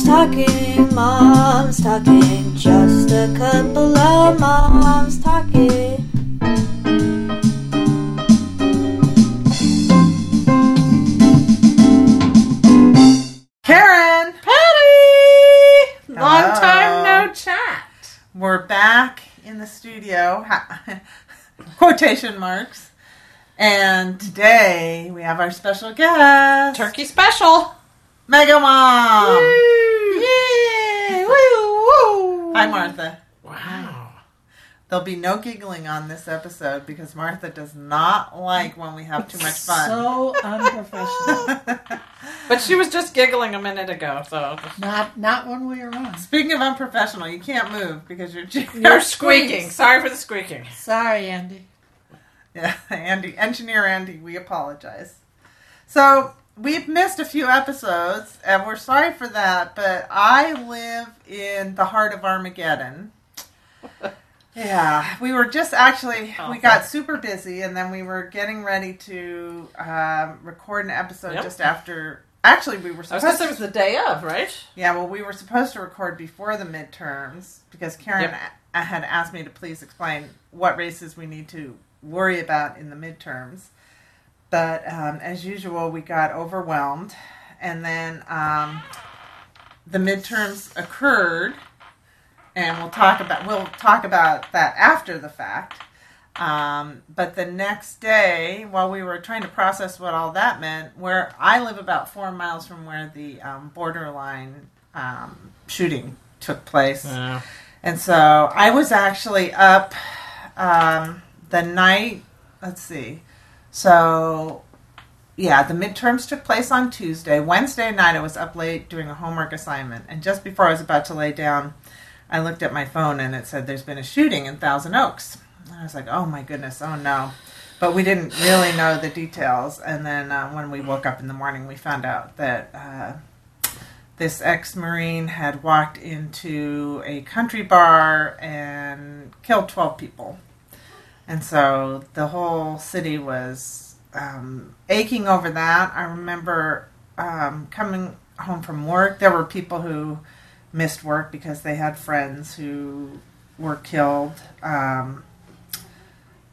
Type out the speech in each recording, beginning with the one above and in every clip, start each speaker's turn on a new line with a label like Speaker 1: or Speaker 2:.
Speaker 1: talking, moms talking, just a couple of moms talking.
Speaker 2: Karen,
Speaker 3: Patty! Long
Speaker 2: Hello.
Speaker 3: time no chat.
Speaker 2: we're back in the studio. Ha- Quotation marks. And today we have our special guest,
Speaker 3: Turkey special.
Speaker 2: Mega Mom.
Speaker 3: Yay! Woo! Woo!
Speaker 2: Hi, Martha.
Speaker 3: Wow.
Speaker 2: There'll be no giggling on this episode because Martha does not like when we have too much fun.
Speaker 4: So unprofessional.
Speaker 3: But she was just giggling a minute ago, so.
Speaker 4: not not when we are on.
Speaker 2: Speaking of unprofessional, you can't move because you're
Speaker 3: You're squeaking. Sorry for the squeaking.
Speaker 4: Sorry, Andy.
Speaker 2: Yeah, Andy, engineer Andy, we apologize. So we've missed a few episodes, and we're sorry for that. But I live in the heart of Armageddon. Yeah, we were just actually we got super busy, and then we were getting ready to um, record an episode
Speaker 3: Yep.
Speaker 2: just after. Actually, we were
Speaker 3: I was gonna
Speaker 2: supposed
Speaker 3: say it
Speaker 2: to.
Speaker 3: was the day of, right?
Speaker 2: Yeah, well, we were supposed to record before the midterms because Karen
Speaker 3: Yep.
Speaker 2: a- had asked me to please explain what races we need to worry about in the midterms. But um, as usual, we got overwhelmed. And then um, the midterms occurred, and we'll talk about we'll talk about that after the fact. Um, but the next day, while we were trying to process what all that meant, where I live about four miles from where the um, borderline um, shooting took place.
Speaker 3: Uh,
Speaker 2: And so I was actually up um, the night, let's see. So, yeah, the midterms took place on Tuesday. Wednesday night, I was up late doing a homework assignment. And just before I was about to lay down, I looked at my phone and it said there's been a shooting in Thousand Oaks. And I was like, oh my goodness, oh no. But we didn't really know the details. And then uh, when we woke up in the morning, we found out that uh, this ex Marine had walked into a country bar and killed 12 people. And so the whole city was um, aching over that. I remember um, coming home from work, there were people who missed work because they had friends who were killed. Um,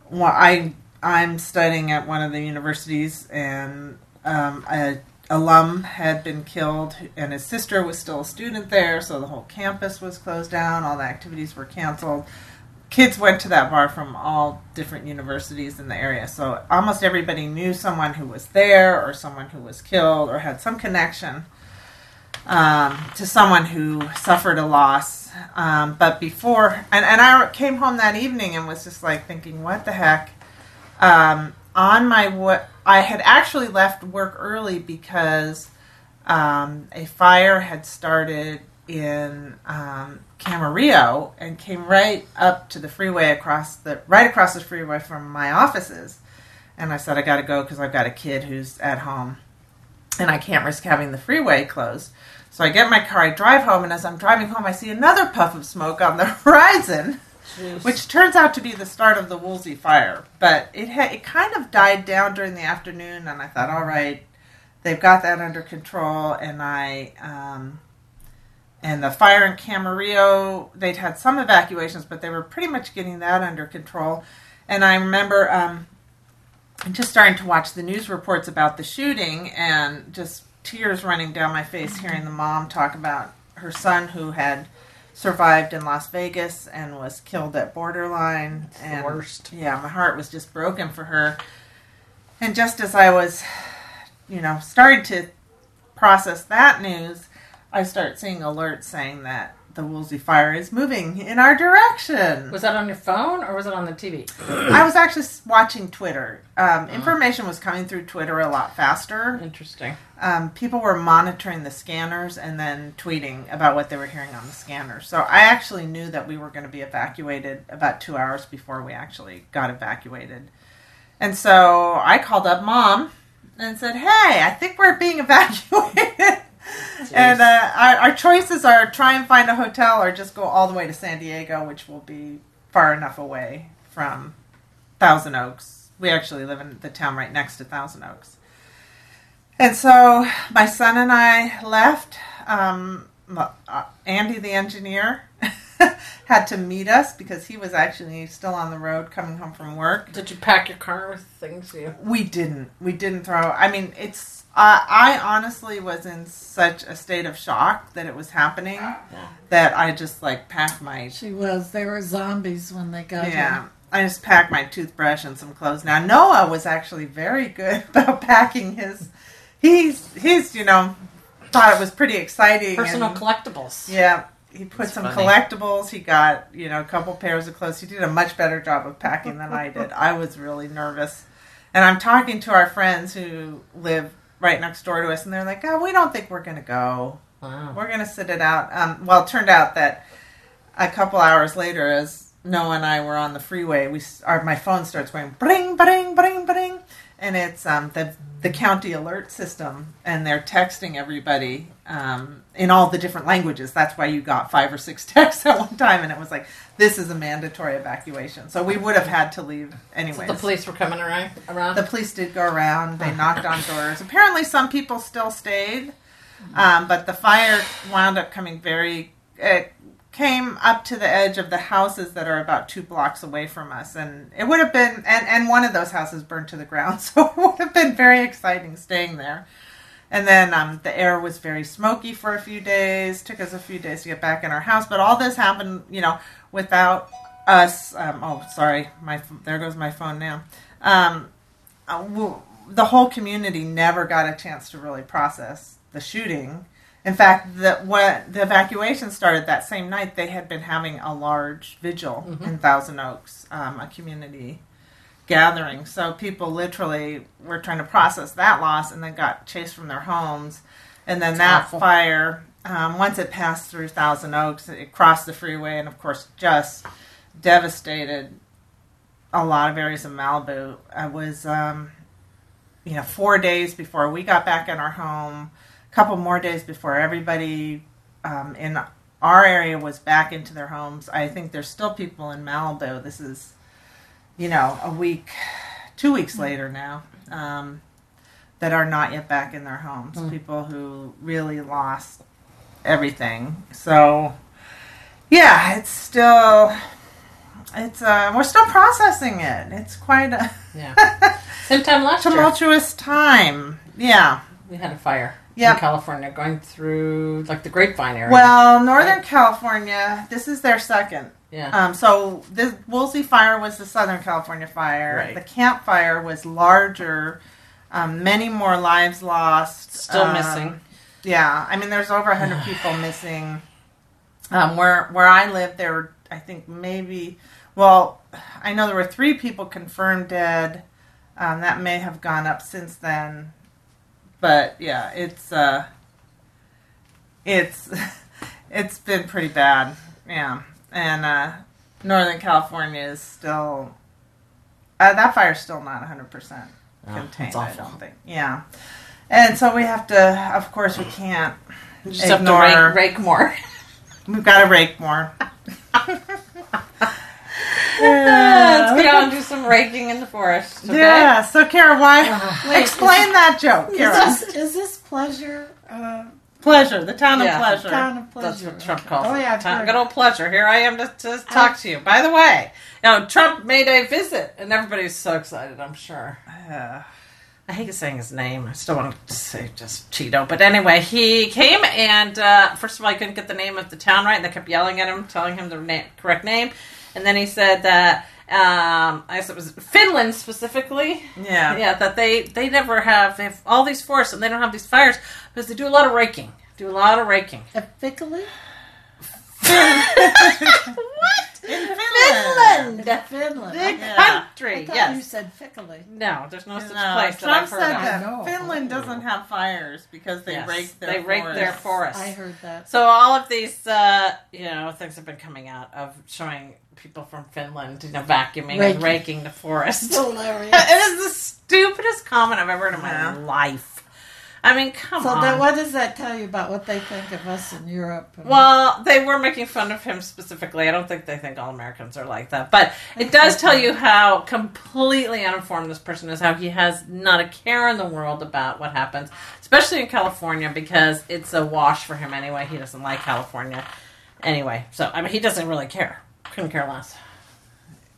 Speaker 2: well, I I'm studying at one of the universities, and um, a alum had been killed, and his sister was still a student there, so the whole campus was closed down. All the activities were canceled. Kids went to that bar from all different universities in the area, so almost everybody knew someone who was there, or someone who was killed, or had some connection um, to someone who suffered a loss. Um, but before, and, and I came home that evening and was just like thinking, what the heck? Um, on my wa- I had actually left work early because um, a fire had started in um, Camarillo and came right up to the freeway across the right across the freeway from my offices. And I said, I got to go because I've got a kid who's at home and I can't risk having the freeway closed. So I get my car, I drive home, and as I'm driving home, I see another puff of smoke on the horizon, which turns out to be the start of the Woolsey fire. But it ha- it kind of died down during the afternoon, and I thought, all right, they've got that under control. And I um, and the fire in Camarillo, they'd had some evacuations, but they were pretty much getting that under control. And I remember um, I'm just starting to watch the news reports about the shooting and just tears running down my face hearing the mom talk about her son who had survived in Las Vegas and was killed at borderline and
Speaker 3: worst.
Speaker 2: yeah my heart was just broken for her and just as I was you know starting to process that news I start seeing alerts saying that the Woolsey fire is moving in our direction
Speaker 3: Was that on your phone or was it on the TV?
Speaker 2: I was actually s- watching Twitter. Um, information was coming through Twitter a lot faster.
Speaker 3: Interesting.
Speaker 2: Um, people were monitoring the scanners and then tweeting about what they were hearing on the scanner. So I actually knew that we were going to be evacuated about two hours before we actually got evacuated. And so I called up mom and said, "Hey, I think we're being evacuated." and uh, our, our choices are try and find a hotel or just go all the way to San Diego, which will be far enough away from Thousand Oaks. We actually live in the town right next to Thousand Oaks. And so my son and I left. Um, my- uh, Andy, the engineer, had to meet us because he was actually still on the road coming home from work.
Speaker 3: Did you pack your car with things you?
Speaker 2: We didn't. We didn't throw. I mean, it's. Uh, I honestly was in such a state of shock that it was happening that I just like packed my
Speaker 4: She was. They were zombies when they got
Speaker 2: yeah. I just packed my toothbrush and some clothes. Now Noah was actually very good about packing his. He's he's you know thought it was pretty exciting.
Speaker 3: Personal
Speaker 2: and-
Speaker 3: collectibles.
Speaker 2: yeah, he put
Speaker 3: That's
Speaker 2: some
Speaker 3: funny.
Speaker 2: collectibles. He got you know a couple pairs of clothes. He did a much better job of packing than I did. I was really nervous, and I'm talking to our friends who live right next door to us, and they're like, "Oh, we don't think we're gonna go.
Speaker 3: Wow.
Speaker 2: We're gonna sit it out. Um, well, it turned out that a couple hours later, as Noah and I were on the freeway, we s- our, my phone starts going bring, bring, bring, bring, and it's um, the the county alert system, and they're texting everybody um, in all the different languages. That's why you got five or six texts at one time, and it was like this is a mandatory evacuation. So we would have had to leave
Speaker 3: So
Speaker 2: anyway.
Speaker 3: the police were coming around. around.
Speaker 2: The police did go around. They knocked on doors. Apparently, some people still stayed, um, but the fire wound up coming very. It came up to the edge of the houses that are about two blocks away from us, and it would have been. And and one of those houses burned to the ground, so it would have been very exciting staying there. And then um, the air was very smoky for a few days. Took us a few days to get back in our house, but all this happened, you know, without us. Um, oh, sorry, my ph- there goes my phone now. Um, uh, w- the whole community never got a chance to really process the shooting. In fact, the, when the evacuation started that same night, they had been having a large vigil in Thousand Oaks, um, a community gathering. So people literally were trying to process that loss and then got chased from their homes. And then that
Speaker 3: awful.
Speaker 2: fire, um, once it passed through Thousand Oaks, it crossed the freeway and, of course, just devastated a lot of areas in Malibu. I was, um, you know, four days before we got back in our home, a couple more days before everybody um, in our area was back into their homes. I think there's still people in Malibu. This is, you know, a week, two weeks later now, um, that are not yet back in their homes. People who really lost everything. So, yeah, it's still. It's uh, we're still processing it. It's quite a
Speaker 3: Yeah. Same time last year,
Speaker 2: tumultuous time. Yeah.
Speaker 3: we had a fire
Speaker 2: Yeah.
Speaker 3: in California going through like the Grapevine area.
Speaker 2: Well, Northern California. This is their second.
Speaker 3: yeah.
Speaker 2: Um, so the Woolsey fire was the Southern California fire.
Speaker 3: Right.
Speaker 2: The Camp Fire was larger. Um, many more lives lost.
Speaker 3: Still
Speaker 2: Um,
Speaker 3: missing.
Speaker 2: Yeah, I mean, there's over 100 people missing. Um, where where I live, there were I think maybe well, I know there were three people confirmed dead. Um, that may have gone up since then, but yeah, it's uh, it's it's been pretty bad. Yeah, and uh, Northern California is still uh, that fire's still not 100 percent
Speaker 3: Oh,
Speaker 2: contained.
Speaker 3: that's
Speaker 2: I
Speaker 3: awful.
Speaker 2: don't think. Yeah, and so we have to. Of course, we can't.
Speaker 3: You just have to
Speaker 2: ignore-
Speaker 3: rake, rake more.
Speaker 2: We've got to rake more.
Speaker 3: Let's
Speaker 2: Yeah.
Speaker 3: get out and do some raking in the forest. Okay?
Speaker 2: Yeah. So, Kara, why?
Speaker 3: Ah,
Speaker 4: Wait,
Speaker 2: Explain that joke,
Speaker 4: Is
Speaker 2: Kara.
Speaker 4: this, is this pleasure? Uh,
Speaker 2: Pleasure. The town
Speaker 3: Yeah.
Speaker 2: of pleasure.
Speaker 4: kind of pleasure.
Speaker 3: That's what Trump calls
Speaker 4: Oh,
Speaker 3: it.
Speaker 4: yeah, I've
Speaker 3: Ta-
Speaker 4: heard.
Speaker 3: good old pleasure. Here I am to, to talk to you. By the way, now Trump made a visit, and everybody's so excited. I'm sure.
Speaker 2: Uh,
Speaker 3: I hate saying his name. I still want to say just Cheeto. But anyway, he came and uh, first of all, I couldn't get the name of the town right, and they kept yelling at him, telling him the na- correct name. And then he said that um, I guess it was Finland specifically.
Speaker 2: yeah.
Speaker 3: Yeah, that they they never have. They have all these forests, and they don't have these fires because they do a lot of raking. Do a lot of raking.
Speaker 4: Epically?
Speaker 3: what?
Speaker 2: In Finland.
Speaker 3: Finland,
Speaker 4: Finland.
Speaker 2: Big
Speaker 4: I-
Speaker 2: Yeah.
Speaker 3: country.
Speaker 4: I thought you
Speaker 3: Yes.
Speaker 4: said fickly.
Speaker 3: No, there's no such
Speaker 2: No,
Speaker 3: place that
Speaker 2: Trump
Speaker 3: I've heard
Speaker 2: said
Speaker 3: of.
Speaker 2: that
Speaker 4: I know.
Speaker 2: Finland doesn't have fires because they
Speaker 3: Yes,
Speaker 2: rake their
Speaker 3: they rake their
Speaker 2: forests.
Speaker 3: forests.
Speaker 4: I heard that.
Speaker 3: So all of these, uh, you know, things have been coming out of showing people from Finland, you know, vacuuming
Speaker 4: Raking.
Speaker 3: and raking the forest.
Speaker 4: Hilarious.
Speaker 3: it is the stupidest comment I've ever heard in my
Speaker 2: Yeah.
Speaker 3: life. I mean, come
Speaker 4: So
Speaker 3: on.
Speaker 4: then, what does that tell you about what they think of us in Europe? and-
Speaker 3: Well, they were making fun of him specifically. I don't think they think all Americans are like that. But it does tell you how completely uninformed this person is, how he has not a care in the world about what happens, especially in California, because it's a wash for him anyway. He doesn't like California anyway. So, I mean, he doesn't really care. Couldn't care less.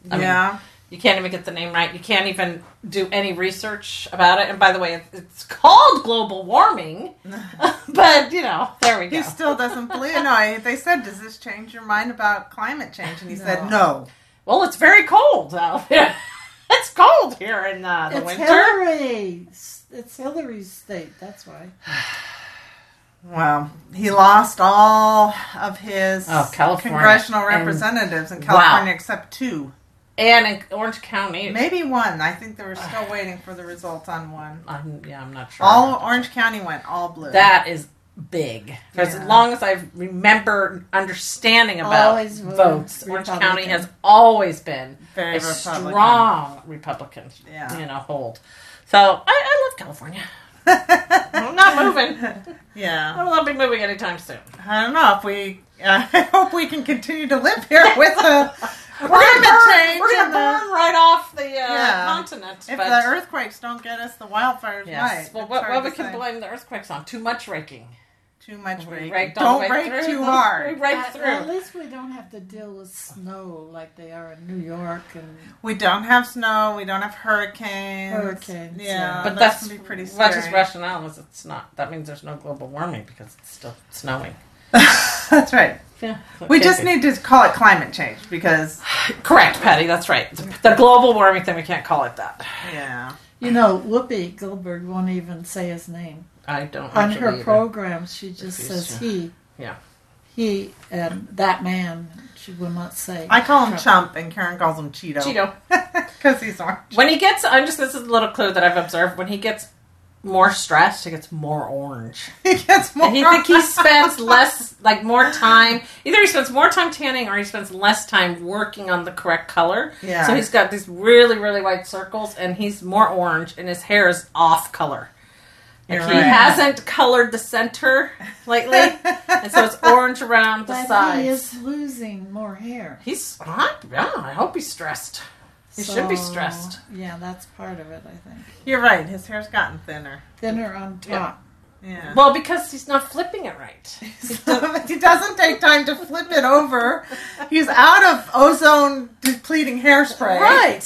Speaker 3: I mean-
Speaker 2: yeah.
Speaker 3: You can't even get the name right. You can't even do any research about it. And by the way, it- it's called global warming. but, you know, there we go.
Speaker 2: He still doesn't believe. No, I- they said, "Does this change your mind about climate change?" And he said, "No."
Speaker 3: Well, it's very cold out there. it's cold here in uh, the
Speaker 4: it's
Speaker 3: winter.
Speaker 4: Hillary. It's Hillary's state. That's why.
Speaker 2: Well, he lost all of his
Speaker 3: Oh, California.
Speaker 2: congressional
Speaker 3: And-
Speaker 2: representatives in
Speaker 3: Wow.
Speaker 2: California except two,
Speaker 3: And in Orange County.
Speaker 2: maybe one. I think they were still waiting for the results on one.
Speaker 3: I'm, yeah, I'm not sure.
Speaker 2: All Orange County went all blue.
Speaker 3: that is big. For as
Speaker 2: Yeah.
Speaker 3: long as I remember understanding about
Speaker 4: Always was
Speaker 3: votes, Orange County
Speaker 4: Republican.
Speaker 3: has always been
Speaker 2: very
Speaker 3: a
Speaker 2: Republican.
Speaker 3: strong Republican
Speaker 2: Yeah.
Speaker 3: you know, hold. So I, I love California. I'm not moving. I
Speaker 2: yeah,
Speaker 3: will not be moving anytime soon.
Speaker 2: I don't know if we. Uh, I hope we can continue to live here with the
Speaker 3: We're
Speaker 2: climate
Speaker 3: burn,
Speaker 2: change
Speaker 3: we're gonna
Speaker 2: and the,
Speaker 3: burn right off the uh,
Speaker 2: Yeah.
Speaker 3: continent.
Speaker 2: if
Speaker 3: but-
Speaker 2: the earthquakes don't get us, the wildfires might.
Speaker 3: Yes. Well,
Speaker 2: It's
Speaker 3: what,
Speaker 2: hard
Speaker 3: what
Speaker 2: to
Speaker 3: we can
Speaker 2: say.
Speaker 3: blame the earthquakes on? Too much raking.
Speaker 2: Too much
Speaker 3: We
Speaker 2: rake.
Speaker 3: raked all the
Speaker 2: Don't
Speaker 3: way
Speaker 2: rake
Speaker 3: through.
Speaker 2: too
Speaker 3: We
Speaker 2: hard.
Speaker 3: raked
Speaker 4: Uh, well, at
Speaker 3: through.
Speaker 4: least we don't have to deal with snow like they are in New York and
Speaker 2: We don't have snow. We don't have hurricanes.
Speaker 4: Hurricanes,
Speaker 2: Yeah,
Speaker 4: yeah.
Speaker 3: But
Speaker 2: Oh, that's
Speaker 3: that's
Speaker 2: gonna be pretty
Speaker 3: What his
Speaker 2: scary.
Speaker 3: rationale is it's not. That means there's no global warming because it's still snowing.
Speaker 2: that's right.
Speaker 3: Yeah.
Speaker 2: We just need to call it climate change because
Speaker 3: Correct, Patty. That's right. The, the global warming thing, we can't call it that.
Speaker 2: yeah,
Speaker 4: you know Whoopi Goldberg won't even say his name
Speaker 3: I don't
Speaker 4: on
Speaker 3: actually
Speaker 4: her
Speaker 3: either.
Speaker 4: program. She just
Speaker 3: Refuse
Speaker 4: says
Speaker 3: to.
Speaker 4: he,
Speaker 3: Yeah.
Speaker 4: he, and that man. She will not say.
Speaker 2: I call him Chump and Karen calls him Cheeto
Speaker 3: Cheeto.
Speaker 2: because he's orange.
Speaker 3: When he gets, I'm just, this is a little clue that I've observed. When he gets more stressed, he gets more orange.
Speaker 2: He gets more.
Speaker 3: And he think he spends less, like more time. Either he spends more time tanning or he spends less time working on the correct color.
Speaker 2: Yeah.
Speaker 3: So he's got these really, really white circles, and he's more orange, and his hair is off color. Like
Speaker 2: You're
Speaker 3: he
Speaker 2: right.
Speaker 3: hasn't colored the center lately, and so it's orange around the
Speaker 4: but
Speaker 3: sides.
Speaker 4: he is losing more hair.
Speaker 3: He's not. Yeah, I hope he's stressed. He should be stressed.
Speaker 4: Yeah, that's part of it. I think
Speaker 2: You're right. His hair's gotten thinner.
Speaker 4: thinner on top.
Speaker 3: Yeah.
Speaker 2: Yeah.
Speaker 3: Well, because he's not flipping it right.
Speaker 2: he doesn't take time to flip it over. He's out of ozone depleting hairspray.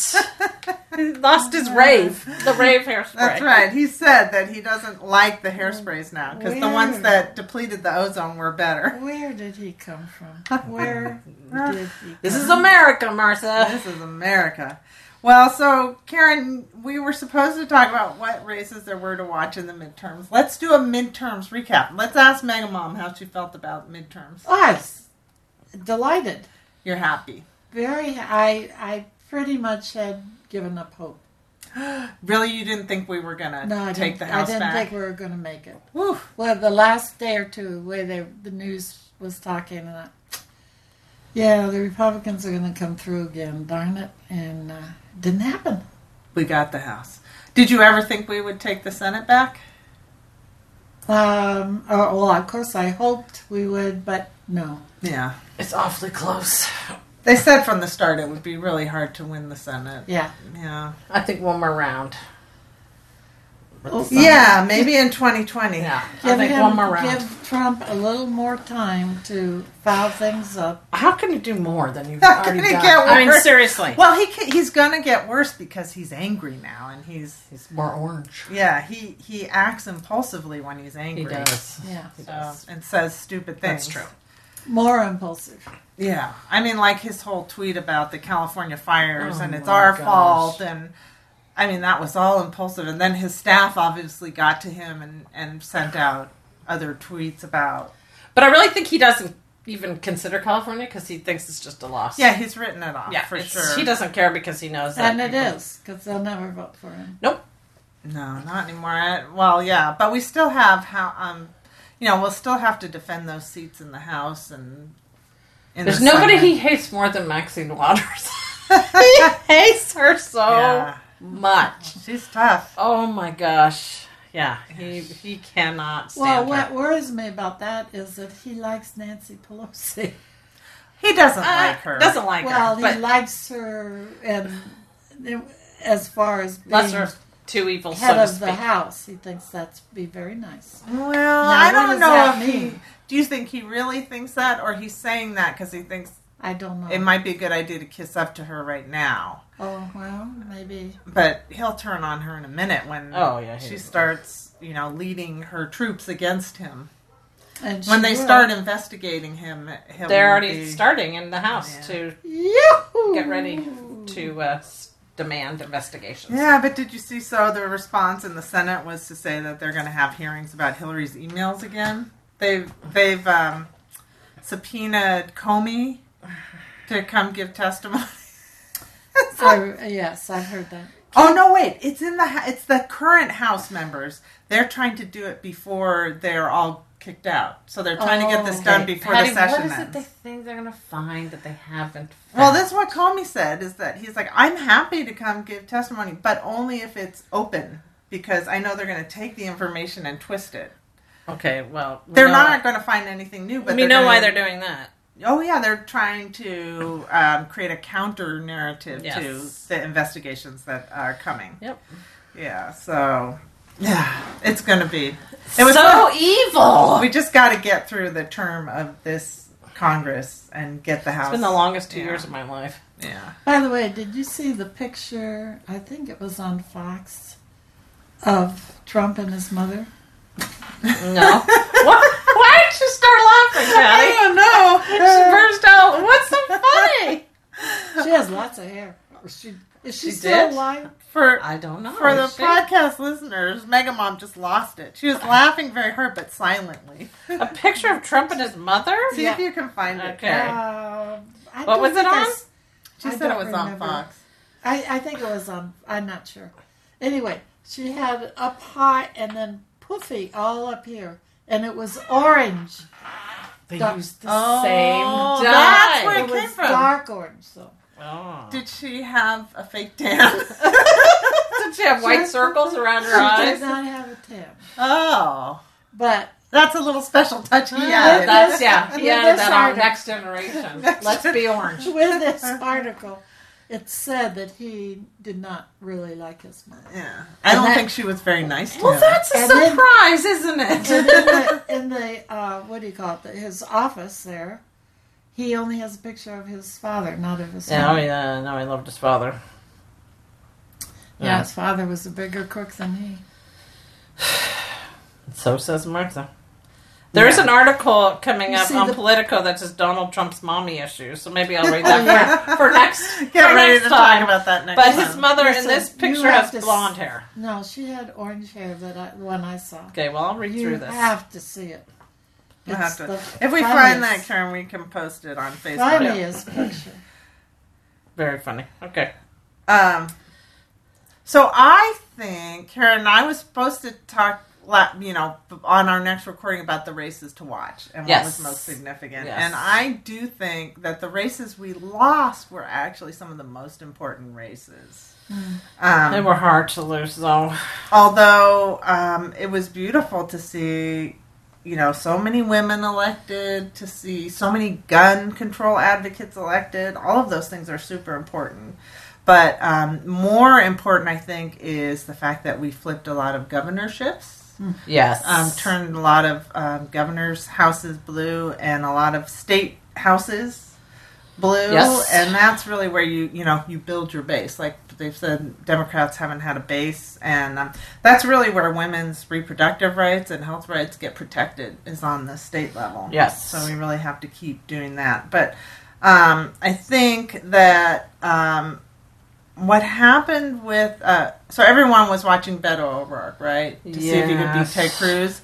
Speaker 3: he lost his rave. The rave hairspray.
Speaker 2: That's right. He said that he doesn't like the hairsprays now because the ones
Speaker 4: Weird.
Speaker 2: that depleted the ozone were better.
Speaker 4: Where did he come from? Where did he? Come?
Speaker 3: This is America, Martha.
Speaker 2: This is America. Well, so Karen, we were supposed to talk about what races there were to watch in the midterms. Let's do a midterms recap. Let's ask Mega Mom how she felt about midterms.
Speaker 4: us delighted.
Speaker 2: You're happy.
Speaker 4: Very. I I pretty much had given up hope.
Speaker 2: Really, you didn't think we were gonna
Speaker 4: No, I
Speaker 2: take
Speaker 4: didn't,
Speaker 2: the house
Speaker 4: I didn't
Speaker 2: back?
Speaker 4: think we were going to make it.
Speaker 2: Whew.
Speaker 4: Well, the last day or two, the way they, the news was talking, and I, yeah, the Republicans are going to come through again. Darn it! And uh, didn't happen.
Speaker 2: We got the house. Did you ever think we would take the Senate back?
Speaker 4: Um, oh, well, of course, I hoped we would, but no.
Speaker 2: Yeah.
Speaker 3: It's awfully close.
Speaker 2: They said from the start it would be really hard to win the Senate.
Speaker 4: Yeah,
Speaker 2: Yeah.
Speaker 3: I think one more round.
Speaker 2: Yeah, maybe in 2020.
Speaker 3: Yeah. I
Speaker 4: give
Speaker 3: think
Speaker 4: him,
Speaker 3: one more round.
Speaker 4: give Trump a little more time to foul things up.
Speaker 3: How can you do more than you've
Speaker 2: How
Speaker 3: already
Speaker 2: can it
Speaker 3: done?
Speaker 2: get
Speaker 3: I mean,
Speaker 2: worse?
Speaker 3: seriously.
Speaker 2: Well, he ca he's gonna get worse because he's angry now, and he's
Speaker 3: He's more orange.
Speaker 2: yeah he he acts impulsively when he's angry.
Speaker 3: He does.
Speaker 4: Yeah,
Speaker 3: He
Speaker 2: So,
Speaker 3: does.
Speaker 2: and says stupid things.
Speaker 3: That's true.
Speaker 4: more impulsive.
Speaker 2: Yeah, I mean, like his whole tweet about the California fires
Speaker 3: Oh
Speaker 2: and it's
Speaker 3: my
Speaker 2: our
Speaker 3: gosh.
Speaker 2: fault, and I mean that was all impulsive. And then his staff obviously got to him and and sent out other tweets about.
Speaker 3: But I really think he doesn't even consider California because he thinks it's just a loss.
Speaker 2: Yeah, he's written it off
Speaker 3: Yeah,
Speaker 2: for
Speaker 3: it's-
Speaker 2: sure.
Speaker 3: He doesn't care because he knows that.
Speaker 4: And it
Speaker 3: people-
Speaker 4: is, because they'll never vote for him.
Speaker 2: No, not anymore. I- Well, yeah, but we still have how um, you know, we'll still have to defend those seats in the House and. in
Speaker 3: There's
Speaker 2: the
Speaker 3: nobody
Speaker 2: Senate.
Speaker 3: he hates more than Maxine Waters. he hates her so
Speaker 2: Yeah,
Speaker 3: much.
Speaker 2: she's tough.
Speaker 3: Oh my gosh. Yeah, he he cannot
Speaker 4: Well,
Speaker 3: stand
Speaker 4: what
Speaker 3: her.
Speaker 4: worries me about that is that he likes Nancy Pelosi.
Speaker 2: He doesn't
Speaker 3: Uh,
Speaker 2: like her.
Speaker 3: Doesn't like her.
Speaker 4: well, he
Speaker 3: But
Speaker 4: likes her, and and as far as being
Speaker 3: lesser of two evils, so
Speaker 4: head
Speaker 3: to
Speaker 4: of the
Speaker 3: speak.
Speaker 4: house, he thinks that's be very nice.
Speaker 2: Well,
Speaker 4: Now,
Speaker 2: I
Speaker 4: what
Speaker 2: don't
Speaker 4: does
Speaker 2: know
Speaker 4: that
Speaker 2: if he.
Speaker 4: mean?
Speaker 2: Do you think he really thinks that, or he's saying that because he thinks
Speaker 4: I don't know.
Speaker 2: it might be a good idea to kiss up to her right now?
Speaker 4: Oh well, maybe.
Speaker 2: But he'll turn on her in a minute when
Speaker 3: Oh, yeah, he
Speaker 2: she
Speaker 3: will.
Speaker 2: starts, you know, leading her troops against him.
Speaker 4: And
Speaker 2: When
Speaker 4: she
Speaker 2: they
Speaker 4: will.
Speaker 2: start investigating him, he'll
Speaker 3: They're already
Speaker 2: be-
Speaker 3: starting in the house
Speaker 2: Yeah.
Speaker 3: to
Speaker 4: Yoo-hoo!
Speaker 3: get ready to uh, s- demand investigations.
Speaker 2: Yeah, but did you see? So the response in the Senate was to say that they're going to have hearings about Hillary's emails again. They've they've um, subpoenaed Comey to come give testimony.
Speaker 4: I, yes, I've heard that.
Speaker 2: oh no, wait! It's in the ha- it's the current House members. They're trying to do it before they're all kicked out. So they're trying to get this
Speaker 4: Oh,
Speaker 2: done
Speaker 4: okay.
Speaker 2: before
Speaker 3: Patty,
Speaker 2: the session
Speaker 3: what is it
Speaker 2: ends.
Speaker 3: they think they're going to find that they haven't?
Speaker 2: Well,
Speaker 3: found?
Speaker 2: that's what Comey said is that he's like, I'm happy to come give testimony, but only if it's open because I know they're going to take the information and twist it.
Speaker 3: okay. Well, we
Speaker 2: They're
Speaker 3: know-
Speaker 2: not going to find anything new, but
Speaker 3: we know
Speaker 2: gonna-
Speaker 3: why they're doing that.
Speaker 2: Oh yeah, they're trying to um, create a counter narrative
Speaker 3: Yes.
Speaker 2: to the investigations that are coming.
Speaker 3: Yep.
Speaker 2: Yeah, so yeah, it's going to be. It was
Speaker 3: so evil.
Speaker 2: We just got to get through the term of this Congress and get the House.
Speaker 3: It's been the longest two
Speaker 2: Yeah.
Speaker 3: years of my life.
Speaker 2: Yeah.
Speaker 4: By the way, did you see the picture? I think it was on Fox of Trump and his mother.
Speaker 3: No. what? Why did you start laughing,
Speaker 2: I
Speaker 3: Patty?
Speaker 2: don't know.
Speaker 3: She burst out. What's so funny?
Speaker 4: She has lots of hair. Or She is she,
Speaker 3: She
Speaker 4: still
Speaker 3: did?
Speaker 4: alive?
Speaker 2: For
Speaker 3: I don't know.
Speaker 2: For the
Speaker 3: Is she-
Speaker 2: podcast listeners, Megamom just lost it. She was laughing very hard, but silently.
Speaker 3: a picture of Trump and his mother.
Speaker 2: See if you can find it.
Speaker 3: Okay.
Speaker 4: Um, I
Speaker 3: What
Speaker 4: don't
Speaker 3: was it
Speaker 4: think I
Speaker 3: on?
Speaker 4: s-
Speaker 2: She
Speaker 4: I
Speaker 2: said it
Speaker 4: don't
Speaker 2: was on
Speaker 4: remember.
Speaker 2: Fox.
Speaker 4: I, I think it was on. I'm not sure. Anyway, she had up high and then poofy all up here, and it was orange.
Speaker 3: They
Speaker 4: Dark-
Speaker 3: used the
Speaker 2: Oh,
Speaker 3: same
Speaker 2: that's
Speaker 3: dye.
Speaker 2: where
Speaker 4: It
Speaker 2: it came
Speaker 4: was
Speaker 2: from.
Speaker 4: dark orange. So
Speaker 3: Oh.
Speaker 2: Did she have a fake tan?
Speaker 3: Did she have white circles around her
Speaker 4: Oh. she did
Speaker 3: eyes?
Speaker 4: not have a tan,
Speaker 2: oh,
Speaker 4: but
Speaker 2: that's a little special touch he
Speaker 4: Yeah,
Speaker 2: added.
Speaker 3: That's, yeah,
Speaker 4: Look
Speaker 3: yeah,
Speaker 4: at this
Speaker 3: that on
Speaker 4: artist.
Speaker 3: Next Generation.
Speaker 2: Next
Speaker 3: Let's be orange.
Speaker 4: with this article, it said that he did not really like his mother.
Speaker 2: Yeah. I don't
Speaker 4: And that-
Speaker 2: think she was very nice to
Speaker 3: Well,
Speaker 2: him.
Speaker 3: that's a
Speaker 4: And then-
Speaker 3: surprise, isn't
Speaker 4: And
Speaker 3: it?
Speaker 4: in the, in the uh, what do you call it? The, his office there, he only has a picture of his father, not of his mother.
Speaker 3: yeah, no, I loved his father.
Speaker 4: Yeah, his father was a bigger crook than he.
Speaker 3: So says Martha. There is an article coming
Speaker 4: You
Speaker 3: up
Speaker 4: see
Speaker 3: on
Speaker 4: the-
Speaker 3: Politico that says Donald Trump's mommy issues, so maybe I'll read
Speaker 4: Oh,
Speaker 3: that
Speaker 2: yeah.
Speaker 3: for, for next.
Speaker 2: Get
Speaker 3: for
Speaker 2: ready
Speaker 3: next
Speaker 2: to
Speaker 3: time.
Speaker 2: talk about that next
Speaker 3: But
Speaker 2: time.
Speaker 3: his mother
Speaker 4: Listen,
Speaker 3: in this
Speaker 4: you
Speaker 3: picture
Speaker 4: have
Speaker 3: has
Speaker 4: to s-
Speaker 3: blonde hair.
Speaker 4: No, she had orange hair that I, the one I saw.
Speaker 3: Okay, well I'll read
Speaker 4: you
Speaker 3: through this.
Speaker 4: have to see it.
Speaker 2: We'll have
Speaker 4: It's
Speaker 2: to-
Speaker 4: the
Speaker 2: if we
Speaker 4: funniest-
Speaker 2: find that, Karen, we can post it on Facebook.
Speaker 4: funniest picture.
Speaker 3: Very funny. Okay.
Speaker 2: Um, so I think Karen, I was supposed to talk, la- you know, on our next recording about the races to watch and
Speaker 3: Yes.
Speaker 2: what was most significant.
Speaker 3: Yes.
Speaker 2: And I do think that the races we lost were actually some of the most important races. Um,
Speaker 3: They were hard to lose though.
Speaker 2: although um, it was beautiful to see you know so many women elected to see so many gun control advocates elected all of those things are super important but um, more important i think is the fact that we flipped a lot of governorships
Speaker 3: Yes.
Speaker 2: um, turned a lot of um, governors' houses blue and a lot of state houses blue.
Speaker 3: Yes.
Speaker 2: And that's really where you you know you build your base. Like they've said, Democrats haven't had a base, and um, that's really where women's reproductive rights and health rights get protected is on the state level.
Speaker 3: Yes.
Speaker 2: So we really have to keep doing that. But um, I think that. Um, what happened with uh, so everyone was watching Beto O'Rourke, right? To see if he could beat
Speaker 3: Yes.
Speaker 2: Ted Cruz.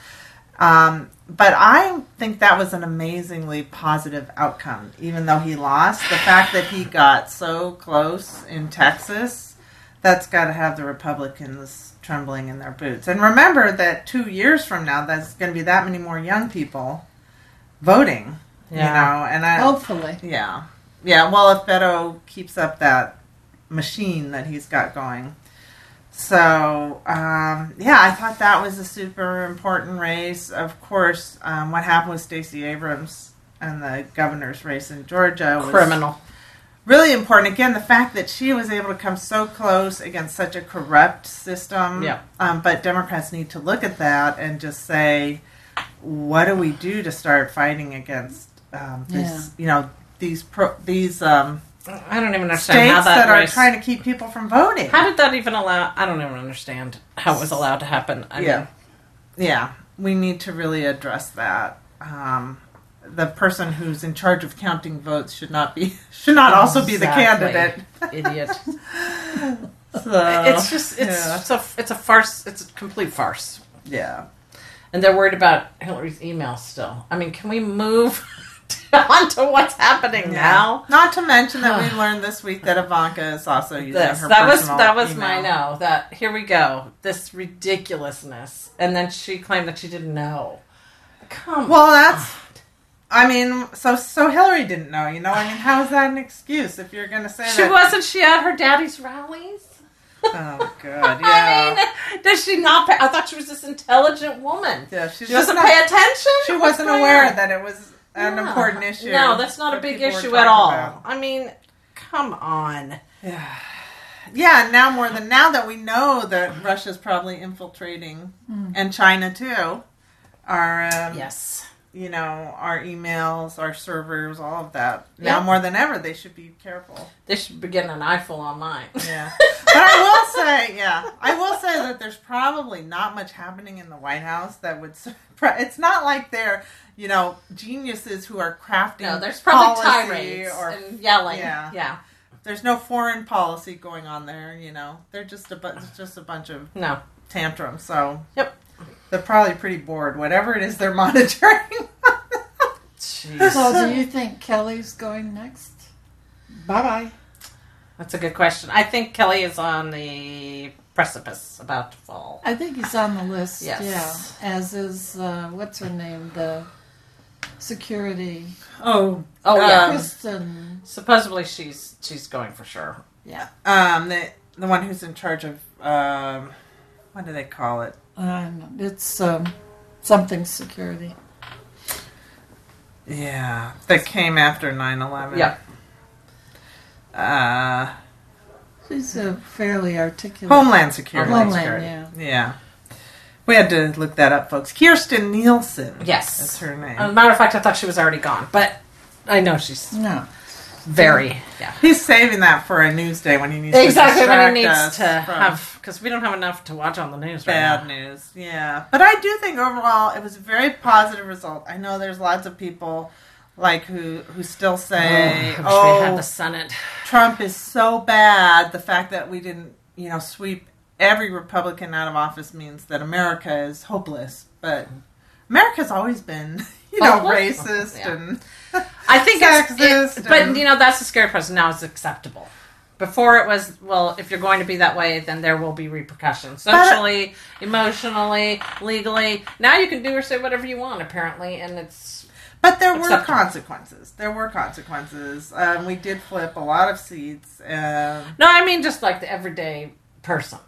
Speaker 2: Um, but I think that was an amazingly positive outcome, even though he lost. The fact that he got so close in Texas, that's got to have the Republicans trembling in their boots. And remember that two years from now, there's going to be that many more young people voting.
Speaker 3: Yeah.
Speaker 2: You know, and I
Speaker 4: Hopefully.
Speaker 2: yeah. Yeah, well, if Beto keeps up that machine that he's got going. So, um, yeah, I thought that was a super important race. Of course, um, what happened with Stacey Abrams and the governor's race in Georgia was
Speaker 3: Criminal.
Speaker 2: really important. Again, the fact that she was able to come so close against such a corrupt system.
Speaker 3: Yeah.
Speaker 2: Um, but Democrats need to look at that and just say, what do we do to start fighting against um, this? You know, these pro- these um,
Speaker 3: I don't even
Speaker 2: states
Speaker 3: understand how
Speaker 2: that,
Speaker 3: that,
Speaker 2: are
Speaker 3: race-
Speaker 2: trying to keep people from voting.
Speaker 3: How did that even allow? I don't even understand how it was allowed to happen. I
Speaker 2: yeah.
Speaker 3: mean,
Speaker 2: yeah, we need to really address that. Um, the person who's in charge of counting votes should not be should not also be the
Speaker 3: Exactly.
Speaker 2: candidate.
Speaker 3: idiot.
Speaker 2: So,
Speaker 3: it's just it's
Speaker 2: yeah.
Speaker 3: it's a it's a farce. It's a complete farce.
Speaker 2: yeah.
Speaker 3: And they're worried about Hillary's emails still. I mean, can we move on to what's happening now?
Speaker 2: Not to mention that we learned this week that Ivanka is also using
Speaker 3: This
Speaker 2: her
Speaker 3: that was
Speaker 2: personal
Speaker 3: that was
Speaker 2: email.
Speaker 3: my no. That here we go. This ridiculousness, and then she claimed that she didn't know. Come
Speaker 2: Well, that's. I mean, so so Hillary didn't know. You know, I mean, how is that an excuse if you're going to say
Speaker 3: She
Speaker 2: that?
Speaker 3: wasn't she at her daddy's rallies?
Speaker 2: Oh God, yeah,
Speaker 3: I mean, does she not pay? I thought she was this intelligent woman.
Speaker 2: yeah. She's
Speaker 3: She
Speaker 2: just
Speaker 3: doesn't
Speaker 2: not-
Speaker 3: pay attention.
Speaker 2: She
Speaker 3: What's
Speaker 2: wasn't
Speaker 3: going
Speaker 2: aware
Speaker 3: on?
Speaker 2: that it was an
Speaker 3: Yeah.
Speaker 2: important issue.
Speaker 3: No, that's not a
Speaker 2: that
Speaker 3: big
Speaker 2: people were
Speaker 3: issue at
Speaker 2: talking
Speaker 3: all.
Speaker 2: about.
Speaker 3: I mean, come on.
Speaker 2: Yeah. Yeah, now more than now that we know that Russia's probably infiltrating
Speaker 3: Hmm.
Speaker 2: and China too. Our um,
Speaker 3: Yes.
Speaker 2: you know, our emails, our servers, all of that. Now
Speaker 3: Yeah.
Speaker 2: more than ever, they should be careful.
Speaker 3: They should be getting an eyeful on mine.
Speaker 2: Yeah. but I will say, yeah, I will say that there's probably not much happening in the White House that would. surpri- It's not like they're, you know, geniuses who are crafting.
Speaker 3: No, there's probably
Speaker 2: policy
Speaker 3: tirades
Speaker 2: or
Speaker 3: and yelling.
Speaker 2: yeah.
Speaker 3: Yeah.
Speaker 2: there's no foreign policy going on there. You know, they're just a bu- it's just a bunch of
Speaker 3: No.
Speaker 2: tantrums. So
Speaker 3: Yep.
Speaker 2: they're probably pretty bored. Whatever it is they're monitoring.
Speaker 3: Jeez.
Speaker 4: So, do you think Kelly's going next? Bye bye.
Speaker 3: That's a good question. I think Kelly is on the precipice, about to fall.
Speaker 4: I think he's on the list.
Speaker 3: Yes.
Speaker 4: Yeah. As is uh, what's her name, the security
Speaker 2: oh,
Speaker 3: Oh
Speaker 2: yeah. Um,
Speaker 4: Kristen.
Speaker 3: Supposedly she's she's going for sure.
Speaker 4: Yeah.
Speaker 2: um, the the one who's in charge of um, what do they call it?
Speaker 4: Um, it's um, something security.
Speaker 2: Yeah, that came after 9-11.
Speaker 3: Yeah.
Speaker 2: Uh,
Speaker 4: She's a fairly articulate.
Speaker 2: Homeland Security.
Speaker 3: Homeland
Speaker 4: Homeland, yeah.
Speaker 2: Yeah. We had to look that up, folks. Kirsten Nielsen.
Speaker 3: Yes.
Speaker 2: That's her name.
Speaker 4: Um,
Speaker 3: As a matter of fact, I thought she was already gone, but I know she's
Speaker 4: No.
Speaker 3: very yeah.
Speaker 2: He's saving that for a news day when he needs
Speaker 3: Exactly
Speaker 2: to
Speaker 3: when it
Speaker 2: distract us
Speaker 3: needs to
Speaker 2: from
Speaker 3: have because we don't have enough to watch on the news right now.
Speaker 2: bad news. Yeah, but I do think overall it was a very positive result. I know there's lots of people like who who still say,
Speaker 3: I wish
Speaker 2: "Oh,
Speaker 3: we had the Senate.
Speaker 2: Trump is so bad. The fact that we didn't, you know, sweep every Republican out of office means that America is hopeless. But America's always been, you know,
Speaker 3: Hopeless?
Speaker 2: racist
Speaker 3: Yeah.
Speaker 2: and
Speaker 3: I think it's,
Speaker 2: Sexist
Speaker 3: it- but
Speaker 2: and-
Speaker 3: you know that's the scary part. is Now it's acceptable. Before it was well, if you're going to be that way, then there will be repercussions
Speaker 2: But-
Speaker 3: socially, emotionally, legally. Now you can do or say whatever you want, apparently, and it's
Speaker 2: But there were
Speaker 3: Acceptable.
Speaker 2: consequences. There were consequences. Um, we did flip a lot of seats. Um,
Speaker 3: no. I mean, just like the everyday person.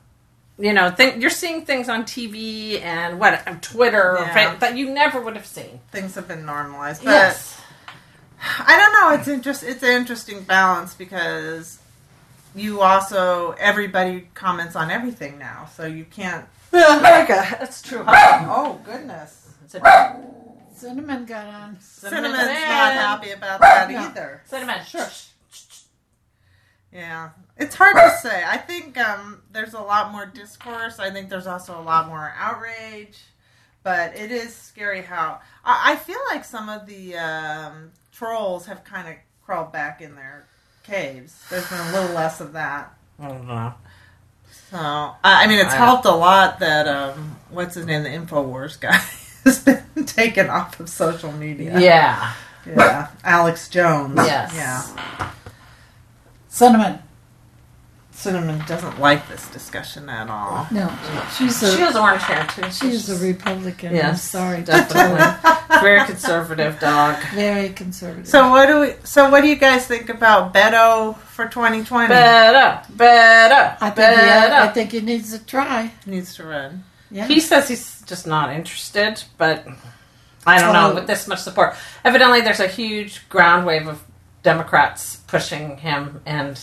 Speaker 3: You know, think, you're seeing things on TV and what on Twitter
Speaker 2: Yeah.
Speaker 3: fa- that you never would have seen.
Speaker 2: things have been normalized. But
Speaker 3: yes,
Speaker 2: I don't know. It's interest. It's an interesting balance because you also everybody comments on everything now, so you can't.
Speaker 3: America, that's true. Huh?
Speaker 2: Oh goodness.
Speaker 3: It's a-
Speaker 4: Cinnamon got on.
Speaker 2: Cinnamon's
Speaker 3: Cinnamon.
Speaker 2: not happy about that
Speaker 4: No.
Speaker 2: either.
Speaker 3: Cinnamon, sure.
Speaker 2: Yeah. It's hard to say. I think um, there's a lot more discourse. I think there's also a lot more outrage. But it is scary how. I, I feel like some of the um, trolls have kind of crawled back in their caves. There's been a little less of that.
Speaker 3: I don't know.
Speaker 2: So, I, I mean, it's
Speaker 3: I-
Speaker 2: helped a lot that, um, what's his name, the InfoWars guy, has been taken off of social media.
Speaker 3: yeah.
Speaker 2: Yeah. Alex Jones.
Speaker 3: Yes.
Speaker 2: Yeah.
Speaker 4: Cinnamon.
Speaker 2: Cinnamon doesn't like this discussion at all.
Speaker 4: No, she's
Speaker 3: She
Speaker 4: a
Speaker 3: has orange hair too.
Speaker 4: she's a Republican. I'm
Speaker 3: Yes,
Speaker 4: sorry,
Speaker 3: definitely. very conservative dog.
Speaker 4: very conservative.
Speaker 2: So what do we? So what do you guys think about Beto for 2020?
Speaker 3: Better, better,
Speaker 4: I think he, I
Speaker 3: better.
Speaker 4: think he needs a try.
Speaker 2: Needs to run.
Speaker 4: Yeah,
Speaker 3: He says he's just not interested, but I don't know
Speaker 4: Oh.
Speaker 3: with this much support. Evidently, there's a huge ground wave of Democrats pushing him and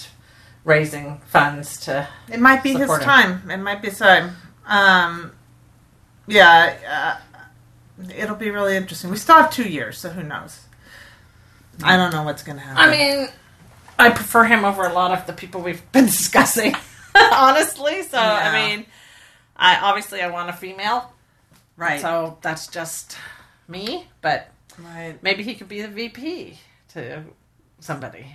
Speaker 3: raising funds to.
Speaker 2: It might be
Speaker 3: Support
Speaker 2: his
Speaker 3: him.
Speaker 2: time. It might be his time. Um, yeah, uh, it'll be really interesting. We still have two years, so who knows? I don't know what's going to happen.
Speaker 3: I mean, I prefer him over a lot of the people we've been discussing, honestly. So
Speaker 2: Yeah.
Speaker 3: I mean, I obviously I want a female,
Speaker 2: right?
Speaker 3: so that's just me. But
Speaker 2: Right.
Speaker 3: Maybe he could be the VP to somebody.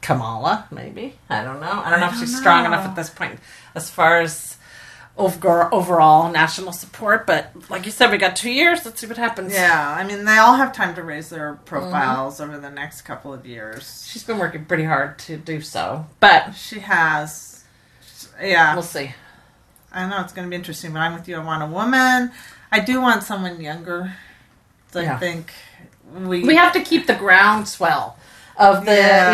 Speaker 3: Kamala, maybe. I don't know. I don't know if she's strong enough at this point as far as over, overall national support. But like you said, we got two years. Let's see what happens.
Speaker 2: Yeah, I mean, they all have time to raise their profiles
Speaker 3: Mm-hmm.
Speaker 2: over the next couple of years.
Speaker 3: She's been working pretty hard to do so. But
Speaker 2: She has. Yeah,
Speaker 3: we'll see.
Speaker 2: I know it's going to be interesting, but I'm with you. I want a woman. I do want someone younger. So I
Speaker 3: Yeah.
Speaker 2: think we.
Speaker 3: We have to keep the groundswell of the,
Speaker 2: Yeah.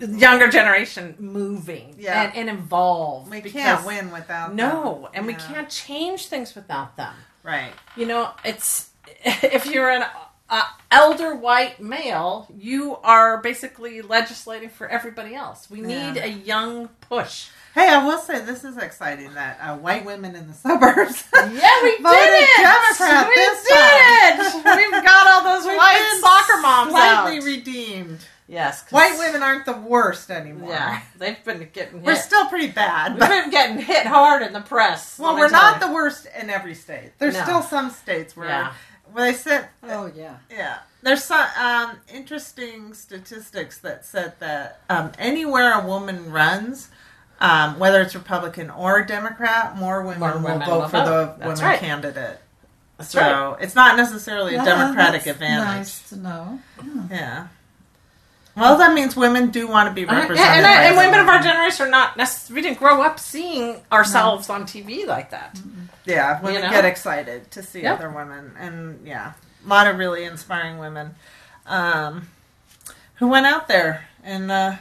Speaker 3: you know, younger generation moving
Speaker 2: Yeah.
Speaker 3: and, and involved.
Speaker 2: we can't
Speaker 3: because-
Speaker 2: win without
Speaker 3: No,
Speaker 2: them.
Speaker 3: and we
Speaker 2: Yeah.
Speaker 3: can't change things without them.
Speaker 2: Right.
Speaker 3: you know it's if you're an uh, elder white male you are basically legislating for everybody else we need
Speaker 2: Yeah.
Speaker 3: a young push
Speaker 2: Hey, I will say this is exciting that uh, white women in the suburbs.
Speaker 3: yeah we
Speaker 2: Voted
Speaker 3: did it
Speaker 2: Democrat
Speaker 3: we
Speaker 2: this
Speaker 3: did it we've got all those
Speaker 2: We've
Speaker 3: white
Speaker 2: been
Speaker 3: soccer moms
Speaker 2: slightly
Speaker 3: out
Speaker 2: redeemed.
Speaker 3: yes 'cause-
Speaker 2: White women aren't the worst anymore.
Speaker 3: yeah they've been getting
Speaker 2: We're
Speaker 3: hit
Speaker 2: still pretty bad,
Speaker 3: we've
Speaker 2: but
Speaker 3: been getting hit hard in the press
Speaker 2: Well,
Speaker 3: let me
Speaker 2: we're
Speaker 3: tell
Speaker 2: not
Speaker 3: you.
Speaker 2: the worst in every state. There's
Speaker 3: No.
Speaker 2: still some states where,
Speaker 3: Yeah.
Speaker 2: where they said,
Speaker 4: oh yeah,
Speaker 2: yeah. There's some um, interesting statistics that said that um, anywhere a woman runs, um, whether it's Republican or Democrat, more women
Speaker 3: More
Speaker 2: will
Speaker 3: women
Speaker 2: vote
Speaker 3: will
Speaker 2: for
Speaker 3: vote.
Speaker 2: the
Speaker 3: That's
Speaker 2: woman
Speaker 3: right.
Speaker 2: candidate.
Speaker 3: that's
Speaker 2: So
Speaker 3: right
Speaker 2: it's not necessarily a
Speaker 4: Yeah,
Speaker 2: Democratic
Speaker 4: that's
Speaker 2: advantage.
Speaker 4: Nice to know. Yeah.
Speaker 2: Yeah. Well, that means women do want to be
Speaker 3: And,
Speaker 2: represented.
Speaker 3: I- and, I-
Speaker 2: by
Speaker 3: and women of our
Speaker 2: someone.
Speaker 3: generation are not necess- we didn't grow up seeing ourselves on TV like that.
Speaker 2: Yeah, women
Speaker 3: You know?
Speaker 2: get excited to see
Speaker 3: Yeah.
Speaker 2: other women, and yeah, a lot of really inspiring women um, who went out there and uh,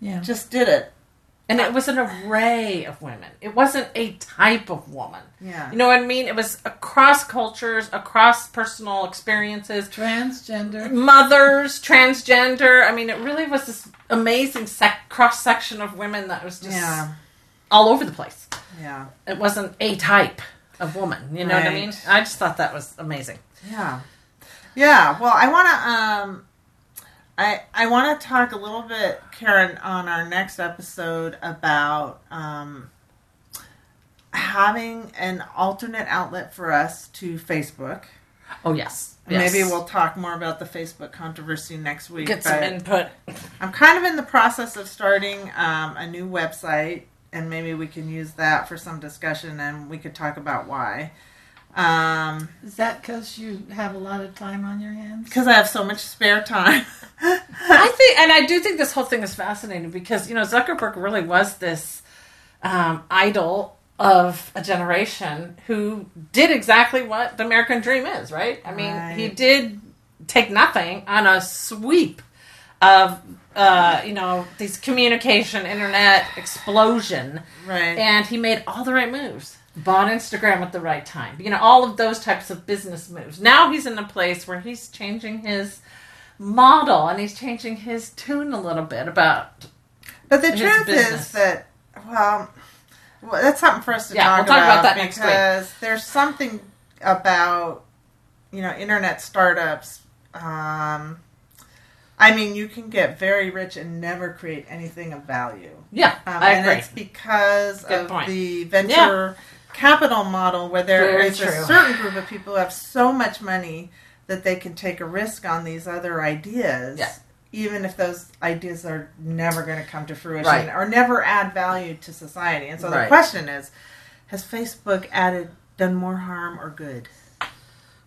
Speaker 4: Yeah.
Speaker 2: just did it.
Speaker 3: And
Speaker 2: Uh,
Speaker 3: it was an array of women. It wasn't a type of woman.
Speaker 2: Yeah,
Speaker 3: You know what I mean? It was across cultures, across personal experiences,
Speaker 4: Transgender.
Speaker 3: mothers, transgender. I mean, it really was this amazing sec- cross section of women that was just
Speaker 2: yeah,
Speaker 3: all over the place.
Speaker 2: yeah,
Speaker 3: It wasn't a type of woman. You know what I mean?
Speaker 2: Right.
Speaker 3: I just thought that was amazing.
Speaker 2: yeah, yeah. Well, I want to. Um, I I want to talk a little bit, Karen, on our next episode about um, having an alternate outlet for us to Facebook.
Speaker 3: Oh, yes. Yes.
Speaker 2: Maybe we'll talk more about the Facebook controversy next week.
Speaker 3: get some
Speaker 2: but
Speaker 3: input.
Speaker 2: I'm kind of in the process of starting um, a new website, and maybe we can use that for some discussion, and we could talk about why. Um,
Speaker 4: Is that because you have a lot of time on your hands?
Speaker 2: because I have so much spare time.
Speaker 3: I think, and I do think this whole thing is fascinating because you know Zuckerberg really was this um, idol of a generation who did exactly what the American dream is, right? I mean,
Speaker 2: Right.
Speaker 3: he did take nothing on a sweep of uh, you know these communication internet explosion,
Speaker 2: right.
Speaker 3: and he made all the right moves. Bought Instagram at the right time. You know, all of those types of business moves. Now he's in a place where he's changing his model and he's changing his tune a little bit about
Speaker 2: but the
Speaker 3: his
Speaker 2: truth
Speaker 3: business.
Speaker 2: is that, well, well, that's something for us to
Speaker 3: Yeah,
Speaker 2: talk,
Speaker 3: we'll talk about that next
Speaker 2: because
Speaker 3: week.
Speaker 2: there's something about, you know, internet startups. Um, I mean, you can get very rich and never create anything of value.
Speaker 3: yeah
Speaker 2: Um,
Speaker 3: i
Speaker 2: and
Speaker 3: agree
Speaker 2: it's because
Speaker 3: Good
Speaker 2: of
Speaker 3: point.
Speaker 2: the venture
Speaker 3: Yeah.
Speaker 2: capital model where there
Speaker 3: Very
Speaker 2: is a
Speaker 3: true.
Speaker 2: certain group of people who have so much money that they can take a risk on these other ideas.
Speaker 3: Yeah.
Speaker 2: Even if those ideas are never going to come to fruition
Speaker 3: Right.
Speaker 2: or never add value to society. And so the
Speaker 3: Right.
Speaker 2: question is has Facebook added, done more harm or good?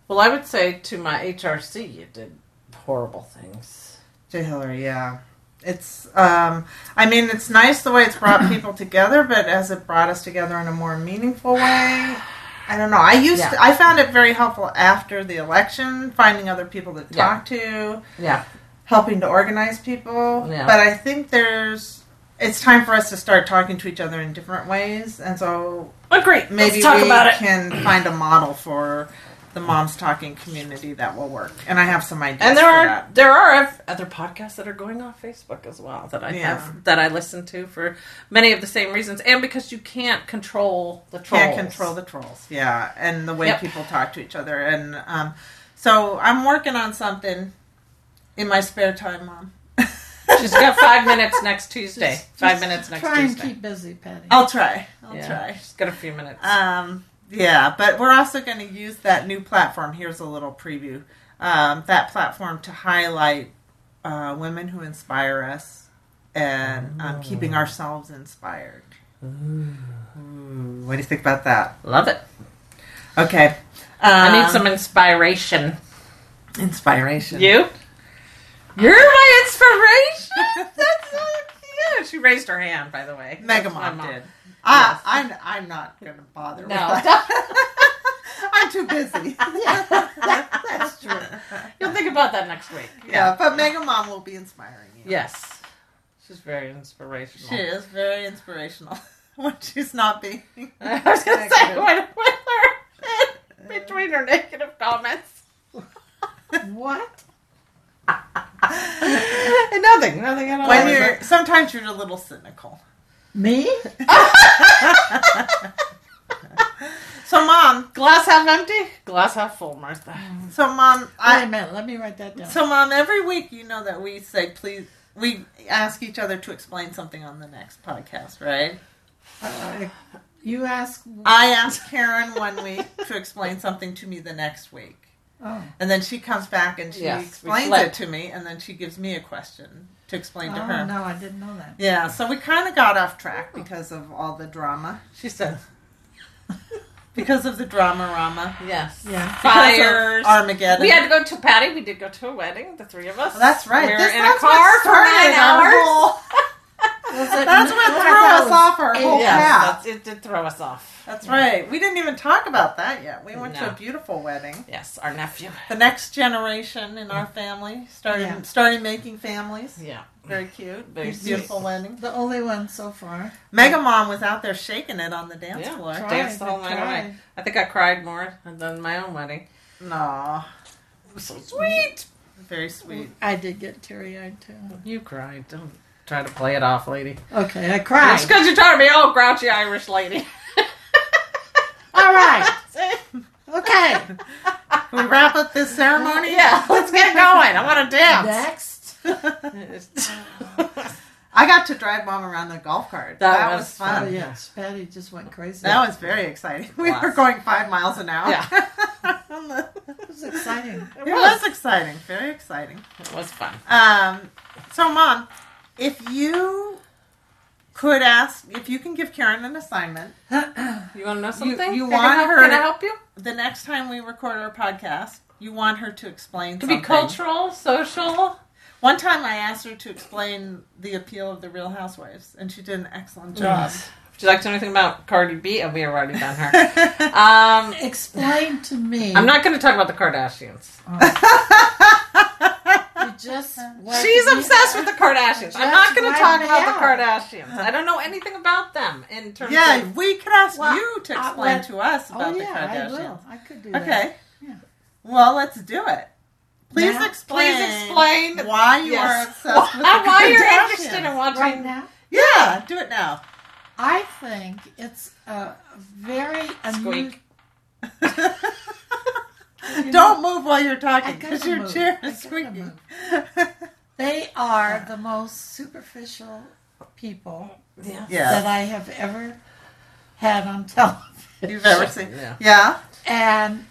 Speaker 3: well i would say to my hrc you did horrible things
Speaker 2: To Hillary, yeah. It's, um, I mean, it's nice the way it's brought people together, but as it brought us together in a more meaningful way, I don't know. I used,
Speaker 3: Yeah.
Speaker 2: to, I found it very helpful after the election, finding other people to
Speaker 3: Yeah.
Speaker 2: talk to,
Speaker 3: Yeah.
Speaker 2: helping to organize people.
Speaker 3: Yeah.
Speaker 2: But I think there's, it's time for us to start talking to each other in different ways, and so
Speaker 3: Well, great.
Speaker 2: maybe
Speaker 3: Let's talk
Speaker 2: we
Speaker 3: about it.
Speaker 2: can find a model for the moms talking community that will work. And I have some ideas.
Speaker 3: And there
Speaker 2: for
Speaker 3: are
Speaker 2: that.
Speaker 3: there are other podcasts that are going on Facebook as well that I
Speaker 2: Yeah.
Speaker 3: have that I listen to for many of the same reasons, and because you can't control the trolls.
Speaker 2: can't control the trolls. Yeah, and the way
Speaker 3: Yep.
Speaker 2: people talk to each other. And um, so I'm working on something in my spare time, mom.
Speaker 3: She's got five minutes next Tuesday. Five minutes next
Speaker 4: Try
Speaker 3: Tuesday.
Speaker 4: and keep busy, Patty.
Speaker 2: I'll try. I'll
Speaker 3: yeah,
Speaker 2: try.
Speaker 3: She's got a few minutes.
Speaker 2: Um, yeah, but we're also going to use that new platform. Here's a little preview. Um, that platform to highlight uh, women who inspire us and um,
Speaker 3: Oh.
Speaker 2: keeping ourselves inspired. Ooh, what do you think about that?
Speaker 3: Love it.
Speaker 2: Okay. Um,
Speaker 3: I need some inspiration.
Speaker 2: inspiration.
Speaker 3: You? You're my inspiration.
Speaker 2: Ah,
Speaker 3: That's so cute. She raised her hand, by the way.
Speaker 2: Mega
Speaker 3: That's my
Speaker 2: Mom did. I, I'm, I'm not going to bother with
Speaker 3: No,
Speaker 2: that. I'm too busy.
Speaker 4: yeah, that- that's true.
Speaker 3: you'll think about that next week.
Speaker 2: yeah, but Mega Mom will be inspiring you.
Speaker 3: Yes. She's very inspirational.
Speaker 2: She is very inspirational when she's not being.
Speaker 3: I was gonna say
Speaker 2: Negative.
Speaker 3: when, when her between her negative comments.
Speaker 4: What?
Speaker 3: nothing, nothing at all.
Speaker 2: When you're sometimes you're a little cynical.
Speaker 4: Me?
Speaker 2: So mom,
Speaker 3: glass half empty, glass half full, Martha.
Speaker 2: so mom,
Speaker 4: Wait a
Speaker 2: I
Speaker 4: minute. Let me write that down.
Speaker 2: so mom every week you know that we say please we ask each other to explain something on the next podcast, right?
Speaker 4: Uh, you ask.
Speaker 2: I asked Karen one week to explain something to me the next week.
Speaker 4: Oh,
Speaker 2: And then she comes back and she
Speaker 3: Yes, we
Speaker 2: explains
Speaker 3: flip.
Speaker 2: it to me and then she gives me a question to explain to
Speaker 4: oh
Speaker 2: her.
Speaker 4: no, I didn't know that.
Speaker 2: Yeah, so we kind of got off track
Speaker 3: Oh.
Speaker 2: because of all the drama.
Speaker 3: She said,
Speaker 2: Because of the drama rama.
Speaker 3: "Yes,
Speaker 4: Yeah.
Speaker 3: fires."
Speaker 2: Armageddon.
Speaker 3: We had to go to Patty. We did go to a wedding, the three of us.
Speaker 2: Well, that's right.
Speaker 3: We were
Speaker 2: This-
Speaker 3: in a
Speaker 2: that's what
Speaker 3: car for
Speaker 2: started
Speaker 3: nine
Speaker 2: our
Speaker 3: hours.
Speaker 2: whole-
Speaker 4: Was it-
Speaker 2: That's what
Speaker 4: I
Speaker 2: threw
Speaker 4: thought
Speaker 2: us
Speaker 4: was
Speaker 2: off our
Speaker 4: eight-
Speaker 2: whole
Speaker 3: Yes,
Speaker 2: Yeah.
Speaker 3: that's- it did throw us off.
Speaker 2: That's right. We didn't even talk about that yet. We went
Speaker 3: No.
Speaker 2: to a beautiful wedding.
Speaker 3: Yes, our nephew.
Speaker 2: The next generation in our family started
Speaker 4: Yeah.
Speaker 2: started making families.
Speaker 3: Yeah,
Speaker 2: Very cute.
Speaker 3: Very
Speaker 2: Very beautiful wedding.
Speaker 4: The only one so far.
Speaker 2: Mega Mom was out there shaking it on the dance
Speaker 3: Yeah.
Speaker 2: floor.
Speaker 3: Tried.
Speaker 4: Tried,
Speaker 3: danced the whole
Speaker 4: I
Speaker 3: night away.
Speaker 4: tried.
Speaker 3: I think I cried more than my own wedding.
Speaker 2: No,
Speaker 3: It was so sweet.
Speaker 2: very sweet.
Speaker 4: I did get teary eyed too.
Speaker 3: You cried. Don't try to play it off, lady.
Speaker 4: Okay, I
Speaker 3: It's
Speaker 4: cried.
Speaker 3: because you're trying to be all oh, grouchy Irish lady.
Speaker 4: All right. Okay.
Speaker 2: Can we wrap up this ceremony?
Speaker 3: yeah, let's get going. I want to dance.
Speaker 4: Next.
Speaker 2: I got to drive Mom around the golf cart.
Speaker 3: That
Speaker 2: That,
Speaker 3: was
Speaker 2: was,
Speaker 4: Oh
Speaker 2: fun.
Speaker 4: yes, Patty just went crazy.
Speaker 2: That was very exciting. We
Speaker 3: Lots.
Speaker 2: were going five miles an hour.
Speaker 3: Yeah.
Speaker 4: That was exciting.
Speaker 2: it
Speaker 3: was.
Speaker 2: was exciting. Very exciting.
Speaker 3: it was fun.
Speaker 2: Um, so, mom, if you could ask, if you can give Karen an assignment,
Speaker 3: You want to know something?
Speaker 2: you
Speaker 3: Can I
Speaker 2: want
Speaker 3: help-
Speaker 2: her-
Speaker 3: Can I help you?
Speaker 2: the next time we record our podcast, you want her to explain
Speaker 3: To
Speaker 2: something.
Speaker 3: be cultural, social.
Speaker 2: One time, I asked her to explain the appeal of the Real Housewives, and she did an excellent job.
Speaker 3: Would you like to know anything about Cardi B? Oh, we have already done her. Um,
Speaker 4: Explain to me.
Speaker 3: I'm not going to talk about the Kardashians.
Speaker 4: You just. wiped
Speaker 3: She's
Speaker 4: me
Speaker 3: obsessed
Speaker 4: out.
Speaker 3: with the Kardashians. I'm
Speaker 4: That's
Speaker 3: not going to
Speaker 4: why
Speaker 3: talk
Speaker 4: we
Speaker 3: about the
Speaker 4: have.
Speaker 3: Kardashians. I don't know anything about them in terms
Speaker 2: yeah,
Speaker 3: of
Speaker 2: we could ask
Speaker 4: Well,
Speaker 2: you to
Speaker 4: I-
Speaker 2: explain
Speaker 4: well,
Speaker 2: to us about
Speaker 4: Oh
Speaker 2: the
Speaker 4: yeah, I
Speaker 2: Kardashians.
Speaker 4: will. I could do that.
Speaker 2: Okay.
Speaker 4: Yeah.
Speaker 2: Well, let's do it. Please
Speaker 4: Now?
Speaker 2: explain.
Speaker 3: Please explain.
Speaker 2: why you
Speaker 3: Yes.
Speaker 2: are obsessed with the
Speaker 3: why, why you're
Speaker 2: Kardashians.
Speaker 3: interested in watching.
Speaker 4: Right now,
Speaker 2: Yeah, do it now.
Speaker 4: I think it's a very unusual.
Speaker 3: Squeak.
Speaker 2: Don't move while you're
Speaker 4: I
Speaker 2: talking
Speaker 4: gotta
Speaker 2: because your
Speaker 4: move.
Speaker 2: chair
Speaker 4: I
Speaker 2: is
Speaker 4: gotta
Speaker 2: squeaking.
Speaker 4: move. They are the most superficial people
Speaker 3: Yeah.
Speaker 4: that
Speaker 2: yeah,
Speaker 4: I have ever had on television,
Speaker 2: you've ever seen.
Speaker 3: Yeah.
Speaker 2: Yeah.
Speaker 4: and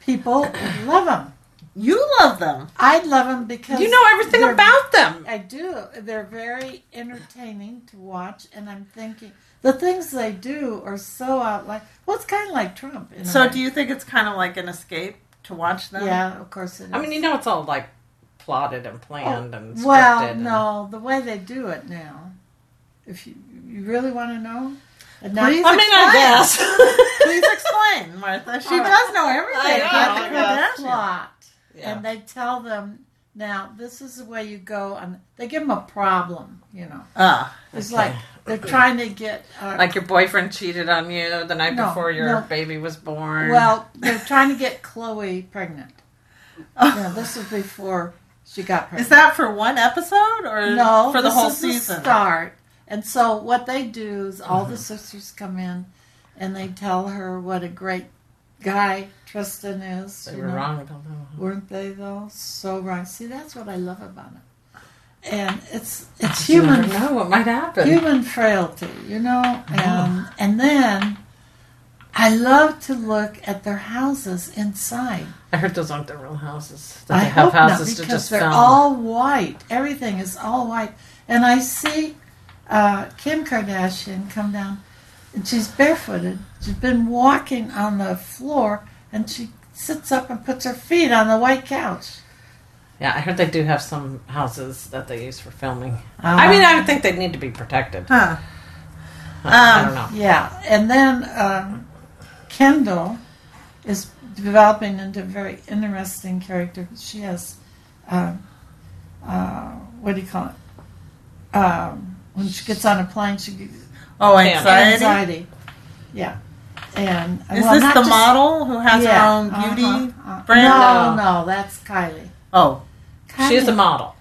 Speaker 4: people love them.
Speaker 2: you love them.
Speaker 4: I love them because
Speaker 3: You know everything
Speaker 4: they're-
Speaker 3: about them.
Speaker 4: I do. They're very entertaining to watch, and I'm thinking the things they do are so outline. Well, it's kind of like Trump. In
Speaker 2: So, do you think it's kind of like an escape to watch them?
Speaker 4: Yeah, of course it is.
Speaker 3: I mean, you know, it's all like plotted and planned and scripted.
Speaker 4: Oh, Well,
Speaker 3: and-
Speaker 4: no, the way they do it now. If you, you really want to know, And now-
Speaker 2: Please
Speaker 3: I mean, I
Speaker 2: explain.
Speaker 3: guess.
Speaker 2: Please explain, Martha. She
Speaker 4: All right.
Speaker 2: does know everything
Speaker 3: I
Speaker 2: about the
Speaker 3: know.
Speaker 4: That's
Speaker 2: Kardashians.
Speaker 4: plot.
Speaker 3: Yeah.
Speaker 4: And they tell them now this is the way you go, and they give them a problem. You know,
Speaker 2: Ah,
Speaker 4: it's
Speaker 3: Okay.
Speaker 4: like they're trying to get. Uh,
Speaker 3: Like your boyfriend cheated on you the night
Speaker 4: No,
Speaker 3: before your
Speaker 4: no.
Speaker 3: baby was born.
Speaker 4: well, they're trying to get Chloe pregnant. Yeah, this was before she got pregnant.
Speaker 2: is that for one episode or
Speaker 4: no
Speaker 2: for the
Speaker 4: this
Speaker 2: whole
Speaker 4: is
Speaker 2: season?
Speaker 4: start. And so what they do is all the sisters come in, and they tell her what a great guy Tristan is.
Speaker 3: they
Speaker 4: you
Speaker 3: were
Speaker 4: know.
Speaker 3: wrong about that.
Speaker 4: weren't they though? So right. See, that's what I love about it. And it's it's human
Speaker 3: No, what might happen?
Speaker 4: human frailty, you know. And and then I love to look at their houses inside.
Speaker 3: I heard those aren't the real houses. That
Speaker 4: I
Speaker 3: they have
Speaker 4: hope not
Speaker 3: houses
Speaker 4: because
Speaker 3: to just
Speaker 4: they're
Speaker 3: film.
Speaker 4: all white. Everything is all white, and I see uh, Kim Kardashian come down, and she's barefooted. She's been walking on the floor, and she sits up and puts her feet on the white couch.
Speaker 3: Yeah, I heard they do have some houses that they use for filming.
Speaker 4: Uh-huh.
Speaker 3: I mean, I would think they need to be protected.
Speaker 2: Huh.
Speaker 4: Um,
Speaker 3: I don't know.
Speaker 4: Yeah, and then um, Kendall is developing into a very interesting character. She has, um, uh, what do you call it? Um, when she gets on a plane, she gets
Speaker 2: Oh,
Speaker 3: Yeah.
Speaker 2: anxiety.
Speaker 4: anxiety. Yeah, and
Speaker 2: Is
Speaker 4: well,
Speaker 2: this the
Speaker 4: not just-
Speaker 2: model who has
Speaker 4: yeah,
Speaker 2: her own beauty?
Speaker 4: uh-huh, uh,
Speaker 2: brand?
Speaker 4: No,
Speaker 3: No.
Speaker 4: no, that's Kylie.
Speaker 2: Oh,
Speaker 3: She's a
Speaker 4: Kylie-
Speaker 3: model.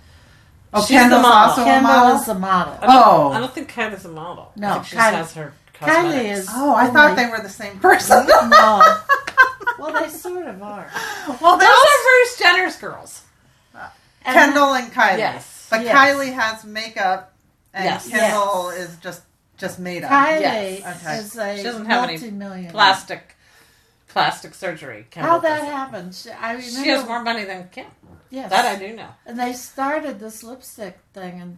Speaker 2: oh,
Speaker 3: She's the
Speaker 2: Kendall's
Speaker 3: model.
Speaker 2: also a
Speaker 4: Kendall
Speaker 2: model.
Speaker 4: is a model.
Speaker 3: I don't,
Speaker 2: Oh.
Speaker 3: I don't think Kylie's a model.
Speaker 4: No,
Speaker 3: I think she
Speaker 4: Kylie-
Speaker 3: just has her cosmetics.
Speaker 4: Kylie is.
Speaker 2: Oh, I thought
Speaker 4: only-
Speaker 2: they were the same person.
Speaker 4: No. Well, they sort of are.
Speaker 2: well,
Speaker 3: Those
Speaker 2: there's
Speaker 3: are Bruce Jenner's girls.
Speaker 4: And
Speaker 2: Kendall and Kylie.
Speaker 3: Yes.
Speaker 2: But
Speaker 4: Yes.
Speaker 2: Kylie has makeup, and
Speaker 3: Yes.
Speaker 2: Kendall is just just made up.
Speaker 4: Kylie
Speaker 3: Yes.
Speaker 2: Okay.
Speaker 4: is a
Speaker 3: She doesn't have any
Speaker 4: multi-millionaire.
Speaker 3: Plastic, plastic surgery. Kendall
Speaker 4: How that
Speaker 3: does it.
Speaker 4: happened? She, I remember.
Speaker 3: She has more money than Kim.
Speaker 4: Yes.
Speaker 3: That I do know.
Speaker 4: And they started this lipstick thing, and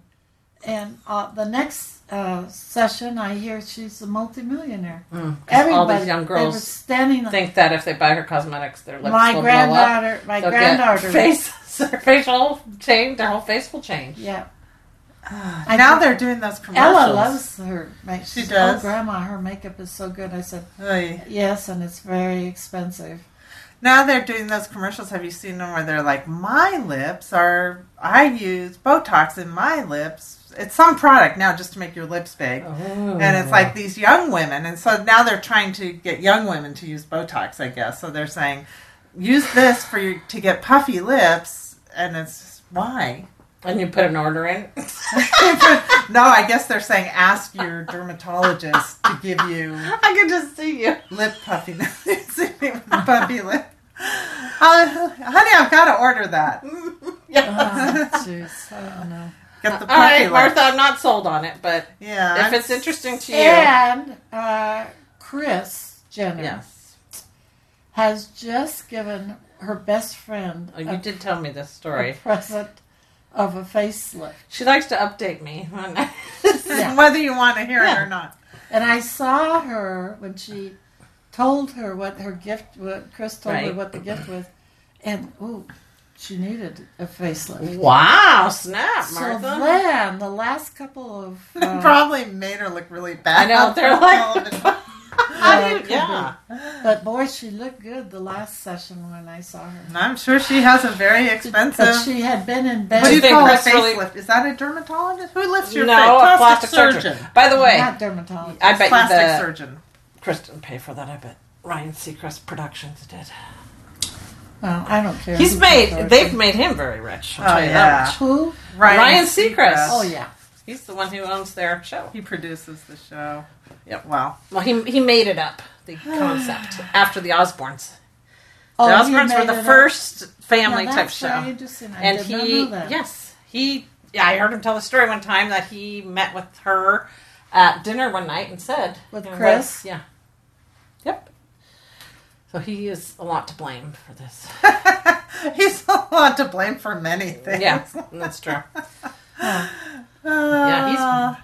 Speaker 4: and uh, the next uh, session, I hear she's a multimillionaire.
Speaker 3: Hmm, 'Cause
Speaker 4: Everybody,
Speaker 3: all these young
Speaker 4: they were
Speaker 3: girls
Speaker 4: standing. on-
Speaker 3: think that if they buy her cosmetics, their lips
Speaker 4: my
Speaker 3: will blow up.
Speaker 4: granddaughter, my
Speaker 3: They'll
Speaker 4: granddaughter.
Speaker 3: get face, their facial change, their whole face will change.
Speaker 4: Yeah,
Speaker 2: Ah,
Speaker 4: I
Speaker 2: now
Speaker 4: think-
Speaker 2: they're doing those commercials.
Speaker 4: Ella loves her. Make,
Speaker 2: She
Speaker 4: she does.
Speaker 2: does?
Speaker 4: Oh, Grandma, her makeup is so good. I said
Speaker 2: Oy.
Speaker 4: yes, and it's very expensive.
Speaker 2: Now they're doing those commercials. Have you seen them where they're like, "My lips are I use Botox in my lips. It's some product now just to make your lips big."
Speaker 4: Oh.
Speaker 2: And it's like these young women, and so now they're trying to get young women to use Botox, I guess. So they're saying, use this for your, to get puffy lips, and it's why?
Speaker 3: and you put an order in.
Speaker 2: no, I guess they're saying ask your dermatologist to give you
Speaker 3: I can just see you.
Speaker 2: lip puffiness, puffy lip. Uh, honey, I've got to order that.
Speaker 4: Oh,
Speaker 3: Ah,
Speaker 4: jeez, I don't know.
Speaker 2: Get the
Speaker 3: All
Speaker 2: puffy
Speaker 3: right,
Speaker 2: lip.
Speaker 3: Martha, I'm not sold on it, but
Speaker 2: Yeah,
Speaker 3: if it's interesting to you,
Speaker 4: And uh, Chris Jenner
Speaker 3: yes.
Speaker 4: has just given her best friend
Speaker 3: Oh, you
Speaker 4: a,
Speaker 3: did tell me this
Speaker 4: a
Speaker 3: story.
Speaker 4: present of a facelift.
Speaker 3: She likes to update me. when-
Speaker 4: Yeah.
Speaker 2: whether you want to hear it
Speaker 3: Yeah.
Speaker 2: or not.
Speaker 4: And I saw her when she told her what her gift, what Chris told her
Speaker 3: Right.
Speaker 4: what the gift was, and ooh, she needed a facelift.
Speaker 3: wow, snap,
Speaker 4: So
Speaker 3: Martha.
Speaker 4: then, the last couple of
Speaker 2: It
Speaker 4: uh,
Speaker 2: probably made her look really bad.
Speaker 3: I know,
Speaker 2: on
Speaker 3: they're like-
Speaker 2: television.
Speaker 3: How do you-
Speaker 4: could be.
Speaker 3: yeah.
Speaker 4: but boy, she looked good the last session when I saw her.
Speaker 2: And I'm sure she has a very
Speaker 4: But
Speaker 2: expensive.
Speaker 4: she had been in
Speaker 2: What do you
Speaker 3: But
Speaker 4: bed,
Speaker 3: think
Speaker 2: call a
Speaker 3: that's really-
Speaker 2: facelift? Is that a dermatologist? Who lifts your
Speaker 3: no,
Speaker 2: face?
Speaker 3: a plastic surgeon. By the way,
Speaker 4: not dermatologist.
Speaker 3: I bet
Speaker 2: plastic
Speaker 3: you the
Speaker 2: surgeon. Oh,
Speaker 3: Chris didn't pay for that. I bet Ryan Seacrest Productions did.
Speaker 4: Well, I don't care.
Speaker 3: He's
Speaker 4: who
Speaker 3: made.
Speaker 4: comes
Speaker 3: They've
Speaker 4: first.
Speaker 3: made him very rich. I'll
Speaker 2: Oh,
Speaker 3: tell you
Speaker 2: yeah.
Speaker 3: that much.
Speaker 4: who?
Speaker 3: Ryan Seacrest.
Speaker 4: Oh yeah.
Speaker 3: He's the one who owns their show.
Speaker 2: He produces the show.
Speaker 3: Yep.
Speaker 2: Wow.
Speaker 3: Well, he he made it up the concept after the Osbournes. The
Speaker 4: Oh, you
Speaker 3: Osbournes were
Speaker 4: made
Speaker 3: the
Speaker 4: it
Speaker 3: first
Speaker 4: up? Now,
Speaker 3: family type
Speaker 4: that's
Speaker 3: show,
Speaker 4: very interesting. I
Speaker 3: and
Speaker 4: did
Speaker 3: he
Speaker 4: not know that.
Speaker 3: yes he yeah I heard him tell the story one time that he met with her at dinner one night and said
Speaker 4: With
Speaker 3: you know,
Speaker 4: Chris?
Speaker 3: what- yeah yep so he is a lot to blame for this
Speaker 2: He's a lot to blame for many things.
Speaker 3: yeah that's true
Speaker 2: Uh,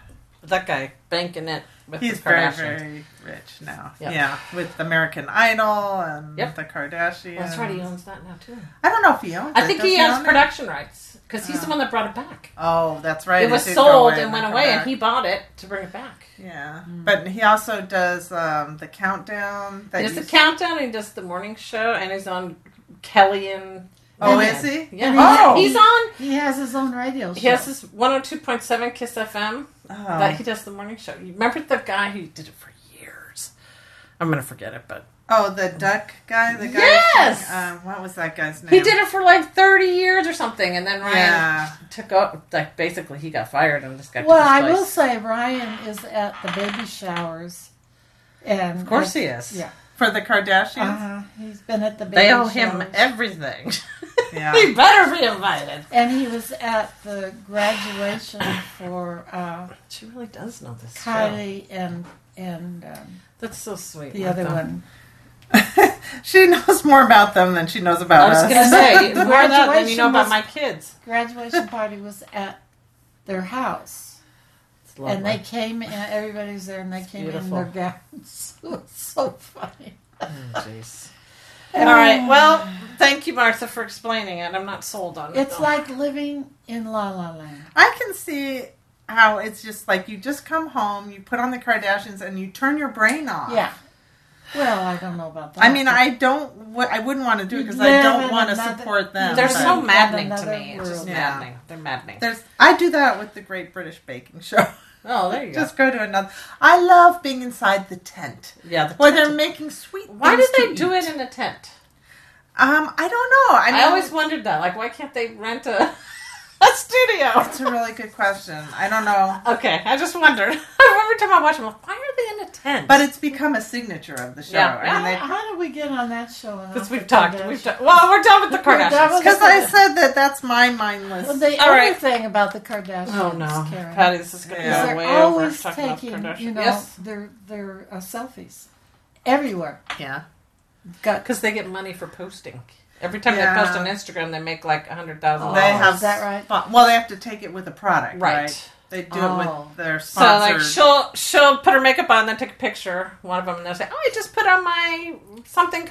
Speaker 3: that guy banking it with
Speaker 2: he's
Speaker 3: the
Speaker 2: very,
Speaker 3: Kardashians
Speaker 2: very rich now.
Speaker 3: Yep.
Speaker 2: Yeah. With American Idol and
Speaker 3: Yep.
Speaker 2: the Kardashians.
Speaker 3: that's right he owns that now too
Speaker 2: I don't know if he owns
Speaker 3: I
Speaker 2: it.
Speaker 3: think
Speaker 2: Does
Speaker 3: he
Speaker 2: he
Speaker 3: owns
Speaker 2: own it?
Speaker 3: production rights because he's the one that brought it back.
Speaker 2: Oh, that's right.
Speaker 3: it was
Speaker 2: did go
Speaker 3: sold
Speaker 2: away
Speaker 3: and went
Speaker 2: then
Speaker 3: away,
Speaker 2: come
Speaker 3: and he Mm. bought it to bring it back.
Speaker 2: back. Yeah, but he also does um, the countdown. That
Speaker 3: There's
Speaker 2: you
Speaker 3: the countdown. He does the morning show, and he's on Kelly and
Speaker 2: Oh,
Speaker 3: Lennon.
Speaker 2: is he?
Speaker 3: Yeah,
Speaker 4: Oh!
Speaker 3: he's on.
Speaker 4: He has his own radio show.
Speaker 3: He has this 102.7 Kiss FM
Speaker 2: Oh.
Speaker 3: that he does the morning show. You remember the guy who did it for years? I'm gonna forget it, but
Speaker 2: Oh, the duck guy. The guy.
Speaker 3: Yes!
Speaker 2: Um, what was that guy's name?
Speaker 3: he did it for like 30 years or something, and then Ryan
Speaker 2: Yeah.
Speaker 3: took up. Like basically, he got fired and this guy. took
Speaker 4: Well,
Speaker 3: his
Speaker 4: I
Speaker 3: place.
Speaker 4: will say Ryan is at the baby showers, and
Speaker 3: Of course, he is.
Speaker 4: Yeah,
Speaker 2: For the Kardashians.
Speaker 4: uh, he's been at the baby
Speaker 3: They owe
Speaker 4: showers,
Speaker 3: him everything.
Speaker 2: Yeah.
Speaker 3: he better be invited.
Speaker 4: and he was at the graduation for uh,
Speaker 3: She really does know this. show.
Speaker 4: Kylie and and um,
Speaker 3: That's so sweet.
Speaker 4: the other
Speaker 3: Martha.
Speaker 4: one.
Speaker 2: she knows more about them than she knows
Speaker 3: I
Speaker 2: about
Speaker 3: was
Speaker 2: us.
Speaker 3: gonna say more of that than you know
Speaker 4: Graduation
Speaker 3: about
Speaker 4: was-
Speaker 3: my kids.
Speaker 4: Graduation party was at their house,
Speaker 3: It's lovely.
Speaker 4: and they came in. Everybody was there, and they came
Speaker 3: beautiful.
Speaker 4: in their gowns. it was so funny.
Speaker 3: Oh, jeez. All right. Well, thank you, Martha, for explaining it. I'm not sold on it.
Speaker 4: It's
Speaker 3: though.
Speaker 4: like living in La La Land.
Speaker 2: I can see how it's just like you just come home, you put on the Kardashians, and you turn your brain
Speaker 3: Ah.
Speaker 2: off.
Speaker 4: Yeah. Well, I don't know about that.
Speaker 2: I mean,
Speaker 4: but-
Speaker 2: I don't. wa- I wouldn't want to do it because I
Speaker 4: Live
Speaker 2: don't
Speaker 4: in
Speaker 2: want to
Speaker 4: another-
Speaker 2: support them.
Speaker 3: they're
Speaker 2: but-
Speaker 3: so
Speaker 4: But-
Speaker 3: maddening to
Speaker 4: Another
Speaker 3: me. It's just
Speaker 4: world.
Speaker 2: Yeah.
Speaker 3: maddening. They're maddening.
Speaker 2: There's. I do that with the Great British Baking Show.
Speaker 3: oh, there you go.
Speaker 2: Just go to another. I love being inside the tent
Speaker 3: yeah. The
Speaker 2: where they're making sweet.
Speaker 3: why did
Speaker 2: things to
Speaker 3: they do
Speaker 2: eat.
Speaker 3: it in a tent?
Speaker 2: Um, I don't know. I,
Speaker 3: I,
Speaker 2: mean,
Speaker 3: always wondered that. Like, why can't they rent a a studio?
Speaker 2: That's a really good question. I don't know,
Speaker 3: Okay, I just wondered. Every time I watch them, I'm like, why are they in a tent?
Speaker 2: but it's become a signature of the show.
Speaker 3: Yeah.
Speaker 2: I mean, they
Speaker 4: how, how did we get on that show? and
Speaker 3: because
Speaker 4: off
Speaker 3: we've
Speaker 4: the
Speaker 3: talked,
Speaker 4: Kardashians?
Speaker 3: we've talked. Well, we're done with the
Speaker 4: We're done
Speaker 3: Kardashians.
Speaker 4: with
Speaker 2: Because I said that that's my mindless.
Speaker 4: Well, the
Speaker 3: All
Speaker 4: other
Speaker 3: right.
Speaker 4: thing about the Kardashians,
Speaker 3: Oh no,
Speaker 4: Karen,
Speaker 3: Patty, this is going to
Speaker 4: is
Speaker 2: Yeah.
Speaker 3: go
Speaker 4: they're
Speaker 3: way over
Speaker 4: always
Speaker 3: talking about
Speaker 4: taking,
Speaker 3: Kardashian.
Speaker 4: you know,
Speaker 3: yes,
Speaker 4: their their uh, selfies everywhere.
Speaker 3: yeah,
Speaker 4: Got
Speaker 3: because they get money for posting. Every time
Speaker 2: Yeah.
Speaker 3: they post on Instagram, they make like a hundred thousand.
Speaker 4: Oh,
Speaker 2: they have
Speaker 4: is that right?
Speaker 2: spo- well, they have to take it with a product, right?
Speaker 3: right.
Speaker 2: They do
Speaker 4: Oh.
Speaker 2: it with their
Speaker 3: So like
Speaker 2: sponsors.
Speaker 3: she'll she'll put her makeup on, then take a picture. One of them, and they'll say, "Oh, I just put on my something
Speaker 4: Kylie.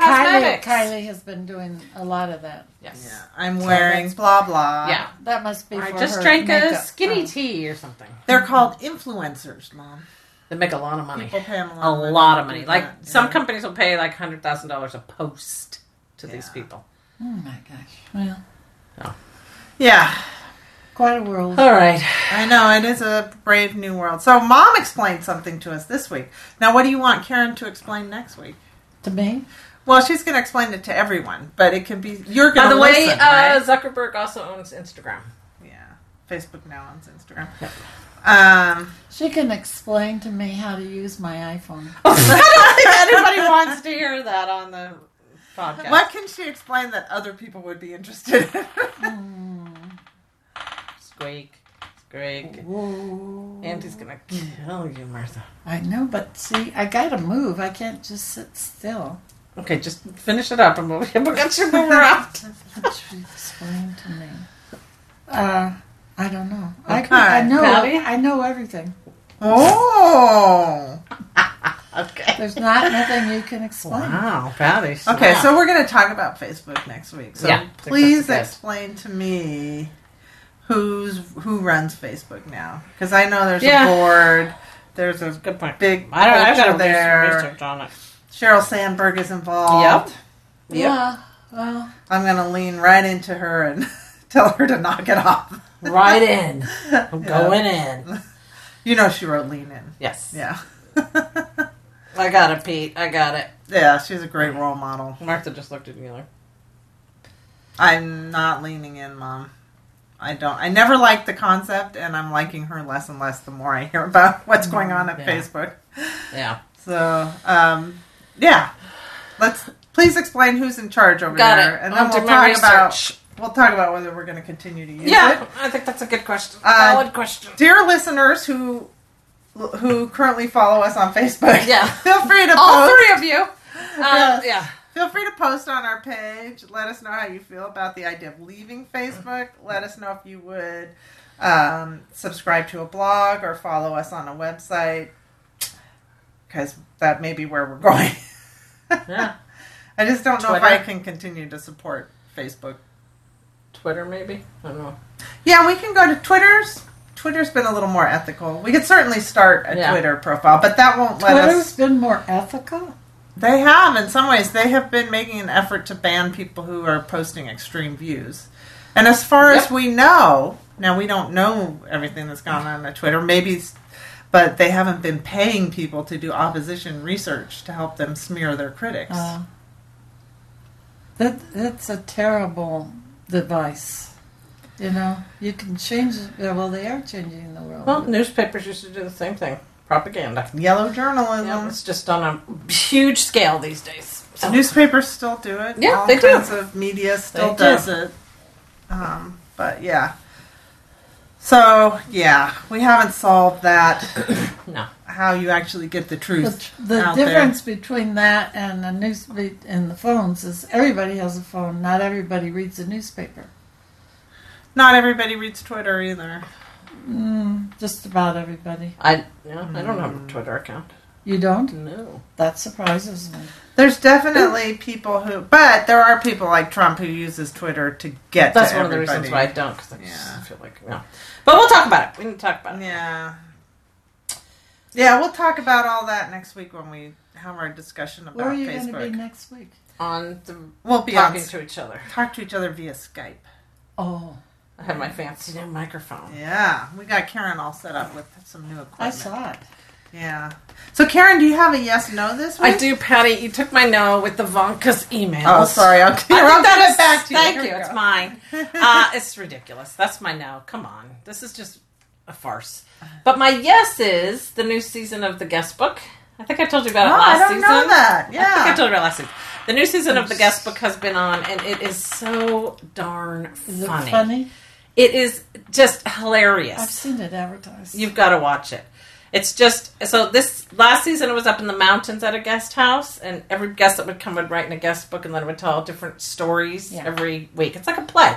Speaker 3: cosmetics."
Speaker 4: Kylie has been doing a lot of that.
Speaker 3: Yes.
Speaker 2: yeah, I'm wearing blah blah.
Speaker 3: Yeah.
Speaker 4: That must be.
Speaker 3: I
Speaker 4: for
Speaker 3: just
Speaker 4: her
Speaker 3: drank a
Speaker 4: makeup.
Speaker 3: skinny
Speaker 4: Oh.
Speaker 3: tea or something.
Speaker 2: They're called influencers, mom.
Speaker 3: They make a lot of money.
Speaker 2: People pay 'em
Speaker 3: a
Speaker 2: of
Speaker 3: lot of
Speaker 2: to
Speaker 3: money.
Speaker 2: do
Speaker 3: Like
Speaker 2: that, yeah.
Speaker 3: some companies will pay like hundred thousand dollars a post to these
Speaker 2: Yeah.
Speaker 3: people.
Speaker 4: Oh my gosh! Well,
Speaker 2: Yeah,
Speaker 4: quite a world.
Speaker 3: All right.
Speaker 2: I know it is a brave new world. So mom explained something to us this week. Now, what do you want Karen to explain next week?
Speaker 4: To me,
Speaker 2: Well, she's going to explain it to everyone, but it can be you're going
Speaker 3: By
Speaker 2: to
Speaker 3: the way,
Speaker 2: listen,
Speaker 3: uh,
Speaker 2: right?
Speaker 3: Zuckerberg also owns Instagram.
Speaker 2: Yeah, Facebook now owns Instagram.
Speaker 3: Yep.
Speaker 2: Um,
Speaker 4: she can explain to me how to use my iPhone.
Speaker 3: I don't think anybody wants to hear that on the podcast.
Speaker 2: What can she explain that other people would be interested in?
Speaker 3: Squeak, squeak.
Speaker 4: Whoa.
Speaker 3: Andy's gonna kill you, Martha.
Speaker 4: I know, but see, I gotta move. I can't just sit still.
Speaker 3: Okay, just finish it up and we'll, we'll get you when we're out.
Speaker 4: What you explain to me? Uh, I don't know. I,
Speaker 2: Okay.
Speaker 4: I know.
Speaker 3: Patty?
Speaker 4: I know everything.
Speaker 2: oh.
Speaker 3: Okay.
Speaker 4: There's not nothing you can explain.
Speaker 3: Wow, Patty.
Speaker 2: Okay,
Speaker 3: wow.
Speaker 2: so we're going to talk about Facebook next week. So
Speaker 3: Yeah, I think that's
Speaker 2: please
Speaker 3: good.
Speaker 2: explain to me who's who runs Facebook now because I know there's
Speaker 3: Yeah.
Speaker 2: a board. There's a
Speaker 3: good point.
Speaker 2: big
Speaker 3: I don't. I've
Speaker 2: culture
Speaker 3: got to do
Speaker 2: there.
Speaker 3: some research on it.
Speaker 2: Cheryl Sandberg is involved.
Speaker 3: Yep.
Speaker 4: Yeah. Well,
Speaker 2: I'm going to lean right into her and tell her to knock it off.
Speaker 3: Right in. I'm
Speaker 2: Yeah.
Speaker 3: going in.
Speaker 2: You know she wrote Lean In.
Speaker 3: Yes.
Speaker 2: Yeah.
Speaker 3: I got it, Pete. I got it.
Speaker 2: yeah, she's a great role model.
Speaker 3: Martha just looked at me like,
Speaker 2: I'm not leaning in, Mom. I don't. I never liked the concept, and I'm liking her less and less the more I hear about what's going on at
Speaker 3: Yeah.
Speaker 2: Facebook.
Speaker 3: yeah.
Speaker 2: So, um, yeah, let's please explain who's in charge over
Speaker 3: Got
Speaker 2: there,
Speaker 3: it. Oh,
Speaker 2: and
Speaker 3: I'll
Speaker 2: then we'll
Speaker 3: do my
Speaker 2: talk about
Speaker 3: research.
Speaker 2: we'll talk about whether we're going to continue to use it.
Speaker 3: Yeah, I think that's a good question.
Speaker 2: Uh,
Speaker 3: Valid question.
Speaker 2: Dear listeners who who currently follow us on Facebook,
Speaker 3: Yeah.
Speaker 2: feel free to
Speaker 3: All
Speaker 2: post.
Speaker 3: three of you. Uh,
Speaker 2: Yes.
Speaker 3: yeah.
Speaker 2: Feel free to post on our page. Let us know how you feel about the idea of leaving Facebook. Let us know if you would um, subscribe to a blog or follow us on a website because that may be where we're going.
Speaker 3: Yeah.
Speaker 2: I just don't know if
Speaker 3: Twitter.
Speaker 2: I can continue to support Facebook.
Speaker 3: Twitter, maybe? I don't know.
Speaker 2: Yeah, we can go to Twitter's. Twitter's been a little more ethical. We could certainly start a
Speaker 3: Yeah.
Speaker 2: Twitter profile, but that won't let
Speaker 4: Twitter's
Speaker 2: us.
Speaker 4: been more ethical.
Speaker 2: They have, in some ways, they have been making an effort to ban people who are posting extreme views. And as far as
Speaker 3: Yep.
Speaker 2: we know, now we don't know everything that's gone on at Twitter. Maybe, s- but they haven't been paying people to do opposition research to help them smear their critics.
Speaker 4: Uh, that that's a terrible device. You know, you can change. yeah, Well, they are changing the world.
Speaker 3: Well, newspapers used to do the same thing propaganda. Uh-huh.
Speaker 2: Yellow journalism.
Speaker 3: Yeah, it's just on a huge scale these days. So,
Speaker 2: Newspapers still do it.
Speaker 3: Yeah,
Speaker 2: All
Speaker 3: they do.
Speaker 2: kinds of media still
Speaker 3: They do.
Speaker 2: does it. Um, but yeah. So yeah, we haven't solved that.
Speaker 3: no.
Speaker 2: How you actually get the
Speaker 4: the,
Speaker 2: truth?
Speaker 4: the
Speaker 2: out there.
Speaker 4: difference between that and the news and the phones is everybody has a phone. Not everybody reads a newspaper.
Speaker 2: Not everybody reads Twitter either.
Speaker 4: Mm, just about everybody.
Speaker 3: I, yeah, I don't have a Twitter account.
Speaker 4: You don't?
Speaker 3: No.
Speaker 4: That surprises me.
Speaker 2: There's definitely people who, but there are people like Trump who uses Twitter to get.
Speaker 3: That's
Speaker 2: to
Speaker 3: one of the
Speaker 2: everybody.
Speaker 3: reasons why I don't, because I
Speaker 2: Yeah.
Speaker 3: just feel like, no. But we'll talk about it. We need to talk about it.
Speaker 2: Yeah. Yeah, we'll talk about all that next week when we have our discussion about
Speaker 4: Where are you going to
Speaker 2: Facebook.
Speaker 4: be next week?
Speaker 3: On the
Speaker 2: we'll be on,
Speaker 3: talking to each other.
Speaker 2: talk to each other via Skype.
Speaker 4: Oh,
Speaker 3: I have my fancy new microphone.
Speaker 2: Yeah, we got Karen all set up with some new equipment.
Speaker 4: I saw it.
Speaker 2: Yeah. So, Karen, do you have a yes no this week?
Speaker 3: I do, Patty. You took my no with the Vonka's email.
Speaker 2: Oh, sorry. Okay,
Speaker 3: I
Speaker 2: I'll
Speaker 3: think
Speaker 2: give
Speaker 3: that
Speaker 2: it
Speaker 3: is,
Speaker 2: back to you.
Speaker 3: Thank
Speaker 2: Here
Speaker 3: you.
Speaker 2: we
Speaker 3: It's
Speaker 2: go.
Speaker 3: mine. Uh, it's ridiculous. That's my no. Come on. This is just a farce. But my yes is the new season of The Guest Book. I think I told you about
Speaker 2: Oh,
Speaker 3: it uh, last
Speaker 2: I don't
Speaker 3: season.
Speaker 2: know that.
Speaker 3: I think I
Speaker 2: Yeah.
Speaker 3: told you about it last season. The new season of The Guest Book has been on, and it is so darn
Speaker 4: Is it
Speaker 3: funny.
Speaker 4: funny?
Speaker 3: It is just hilarious.
Speaker 4: I've seen it advertised.
Speaker 3: You've got to watch it. It's just so this last season it was up in the mountains at a guest house, and every guest that would come would write in a guest book, and then it would tell different stories
Speaker 4: Yeah.
Speaker 3: every week. It's like a play.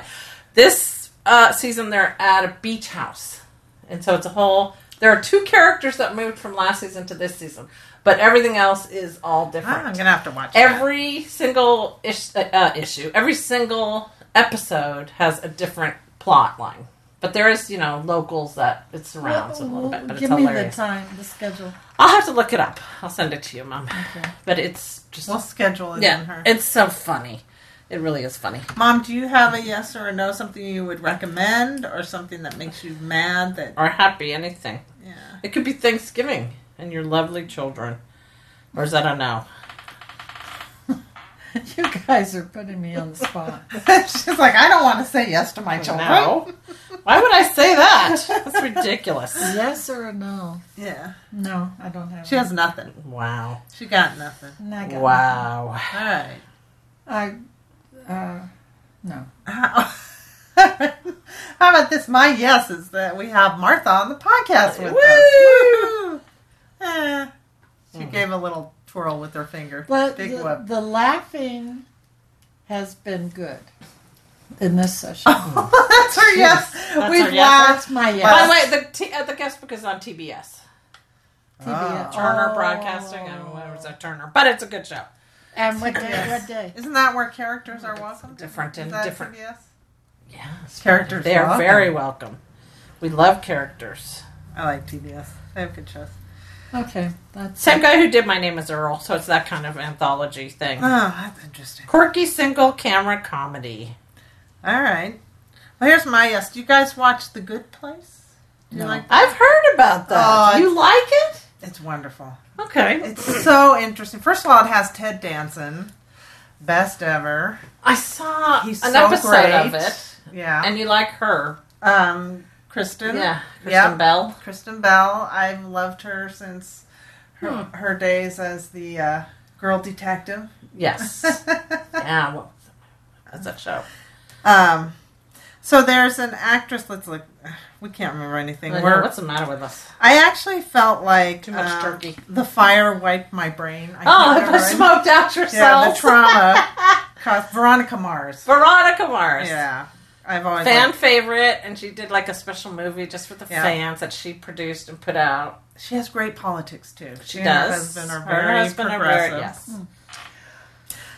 Speaker 3: This uh, season they're at a beach house, and so it's a whole. There are two characters that moved from last season to this season, but everything else is all different
Speaker 2: I'm going to have to watch that.
Speaker 3: every single ish, uh, uh, issue, every single episode has a different plot line. But there is, you know, locals that it surrounds a little bit, but
Speaker 4: give
Speaker 3: it's
Speaker 4: me
Speaker 3: hilarious.
Speaker 4: the time, the schedule.
Speaker 3: I'll have to look it up. I'll send it to you, Mom.
Speaker 4: Okay.
Speaker 3: But it's just,
Speaker 2: We'll schedule it in
Speaker 3: yeah,
Speaker 2: her.
Speaker 3: it's so funny. It really is funny.
Speaker 2: Mom, do you have a yes or a no, something you would recommend or something that makes you mad that,
Speaker 3: Or happy, anything.
Speaker 2: yeah.
Speaker 3: It could be Thanksgiving and your lovely children. Or is that a no?
Speaker 4: You guys are putting me on the spot.
Speaker 2: She's like, I don't want to say yes to my children.
Speaker 3: No. Why would I say that? That's ridiculous.
Speaker 4: yes or a no?
Speaker 2: Yeah.
Speaker 4: No, I don't have.
Speaker 2: She
Speaker 4: it.
Speaker 2: has nothing.
Speaker 3: Wow.
Speaker 2: She got nothing.
Speaker 4: And I got
Speaker 3: Wow.
Speaker 2: All right.
Speaker 4: I, uh, no.
Speaker 2: How how about this? My yes is that we have Martha on the podcast with us. Woo! Eh, she
Speaker 3: Hmm.
Speaker 2: gave a little twirl with her finger.
Speaker 4: But
Speaker 2: Big
Speaker 4: the,
Speaker 2: whoop.
Speaker 4: the laughing has been good in this session.
Speaker 2: that's her yes.
Speaker 3: Oh, That's
Speaker 2: We've
Speaker 3: her yes.
Speaker 2: laughed.
Speaker 4: That's my
Speaker 3: By
Speaker 4: yes.
Speaker 3: the way, the t- uh, the guest book is on TBS,
Speaker 2: Ah.
Speaker 4: TBS.
Speaker 3: Turner
Speaker 4: Oh.
Speaker 3: Broadcasting, and whatever it's that Turner, but it's a good show.
Speaker 4: And what day?
Speaker 2: Yes.
Speaker 4: What day?
Speaker 2: Isn't that where characters are welcome?
Speaker 3: Different
Speaker 2: Is
Speaker 3: and
Speaker 2: that
Speaker 3: different.
Speaker 2: CBS?
Speaker 3: Yes,
Speaker 2: Characters
Speaker 3: They are
Speaker 2: welcome.
Speaker 3: very welcome. We love characters.
Speaker 2: I like TBS. They have good shows.
Speaker 4: Okay, that's
Speaker 3: Same guy who did My Name Is Earl, so it's that kind of anthology thing.
Speaker 2: Oh, that's interesting.
Speaker 3: Quirky single camera comedy.
Speaker 2: All right. Well, here's my yes. Do you guys watch The Good Place? Do you
Speaker 4: No.
Speaker 2: like?
Speaker 3: I've heard about that.
Speaker 2: Oh,
Speaker 3: you like it?
Speaker 2: It's wonderful.
Speaker 3: Okay,
Speaker 2: It's so interesting. First of all, it has Ted Danson, best ever.
Speaker 3: I saw
Speaker 2: He's
Speaker 3: an
Speaker 2: so
Speaker 3: episode of
Speaker 2: great.
Speaker 3: it,
Speaker 2: Yeah.
Speaker 3: and you like her.
Speaker 2: um, Kristen.
Speaker 3: Yeah, Kristen
Speaker 2: Yeah.
Speaker 3: Bell.
Speaker 2: Kristen Bell. I've loved her since her,
Speaker 3: Hmm.
Speaker 2: her days as the uh, girl detective.
Speaker 3: Yes. yeah. Well, that's that show.
Speaker 2: um, so there's an actress. Let's look. We can't remember anything.
Speaker 3: I know,
Speaker 2: We're,
Speaker 3: what's the matter with us?
Speaker 2: I actually felt like
Speaker 3: Too much
Speaker 2: um,
Speaker 3: turkey.
Speaker 2: The fire wiped my brain. I
Speaker 3: Oh,
Speaker 2: can't
Speaker 3: if I
Speaker 2: remember any-
Speaker 3: smoked out
Speaker 2: Yeah, the
Speaker 3: yourself.
Speaker 2: trauma caused Veronica Mars.
Speaker 3: Veronica Mars.
Speaker 2: Yeah, I've always
Speaker 3: Fan
Speaker 2: liked-
Speaker 3: favorite, and she did like a special movie just for the
Speaker 2: Yeah.
Speaker 3: fans that she produced and put out.
Speaker 2: She has great politics too.
Speaker 3: She
Speaker 2: and
Speaker 3: does.
Speaker 2: Her husband are
Speaker 3: Her
Speaker 2: very
Speaker 3: husband are
Speaker 2: progressive.
Speaker 3: very- yes.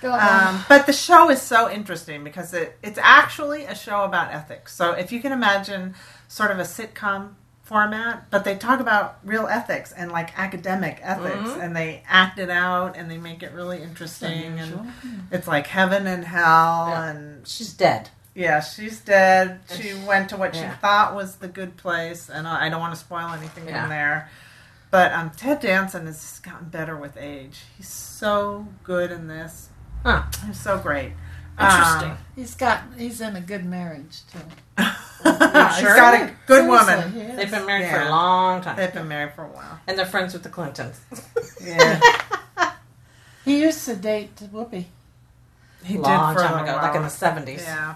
Speaker 2: Um, but the show is so interesting because it, it's actually a show about ethics. So if you can imagine sort of a sitcom format, but they talk about real ethics and like academic ethics
Speaker 3: Mhm.
Speaker 2: and they act it out and they make it really interesting. And it's like heaven and hell.
Speaker 3: Yeah.
Speaker 2: And
Speaker 3: She's dead.
Speaker 2: yeah, she's dead. She went to what
Speaker 3: Yeah.
Speaker 2: she thought was the good place. And I I don't want to spoil anything
Speaker 3: Yeah.
Speaker 2: in there. But um, Ted Danson has gotten better with age. He's so good in this.
Speaker 3: Huh.
Speaker 2: He's so great.
Speaker 3: Interesting.
Speaker 4: He's got. He's in a good marriage too.
Speaker 2: Um,
Speaker 3: sure?
Speaker 2: He's got a good woman.
Speaker 4: Seriously, he is.
Speaker 3: They've been married for
Speaker 2: Yeah.
Speaker 3: a long time.
Speaker 2: They've been married for a while.
Speaker 3: and they're friends with the Clintons.
Speaker 2: Yeah,
Speaker 4: He used to date Whoopi.
Speaker 2: he
Speaker 3: long
Speaker 2: did for
Speaker 3: time
Speaker 2: a
Speaker 3: ago,
Speaker 2: while.
Speaker 3: like in the 70s.
Speaker 2: Yeah,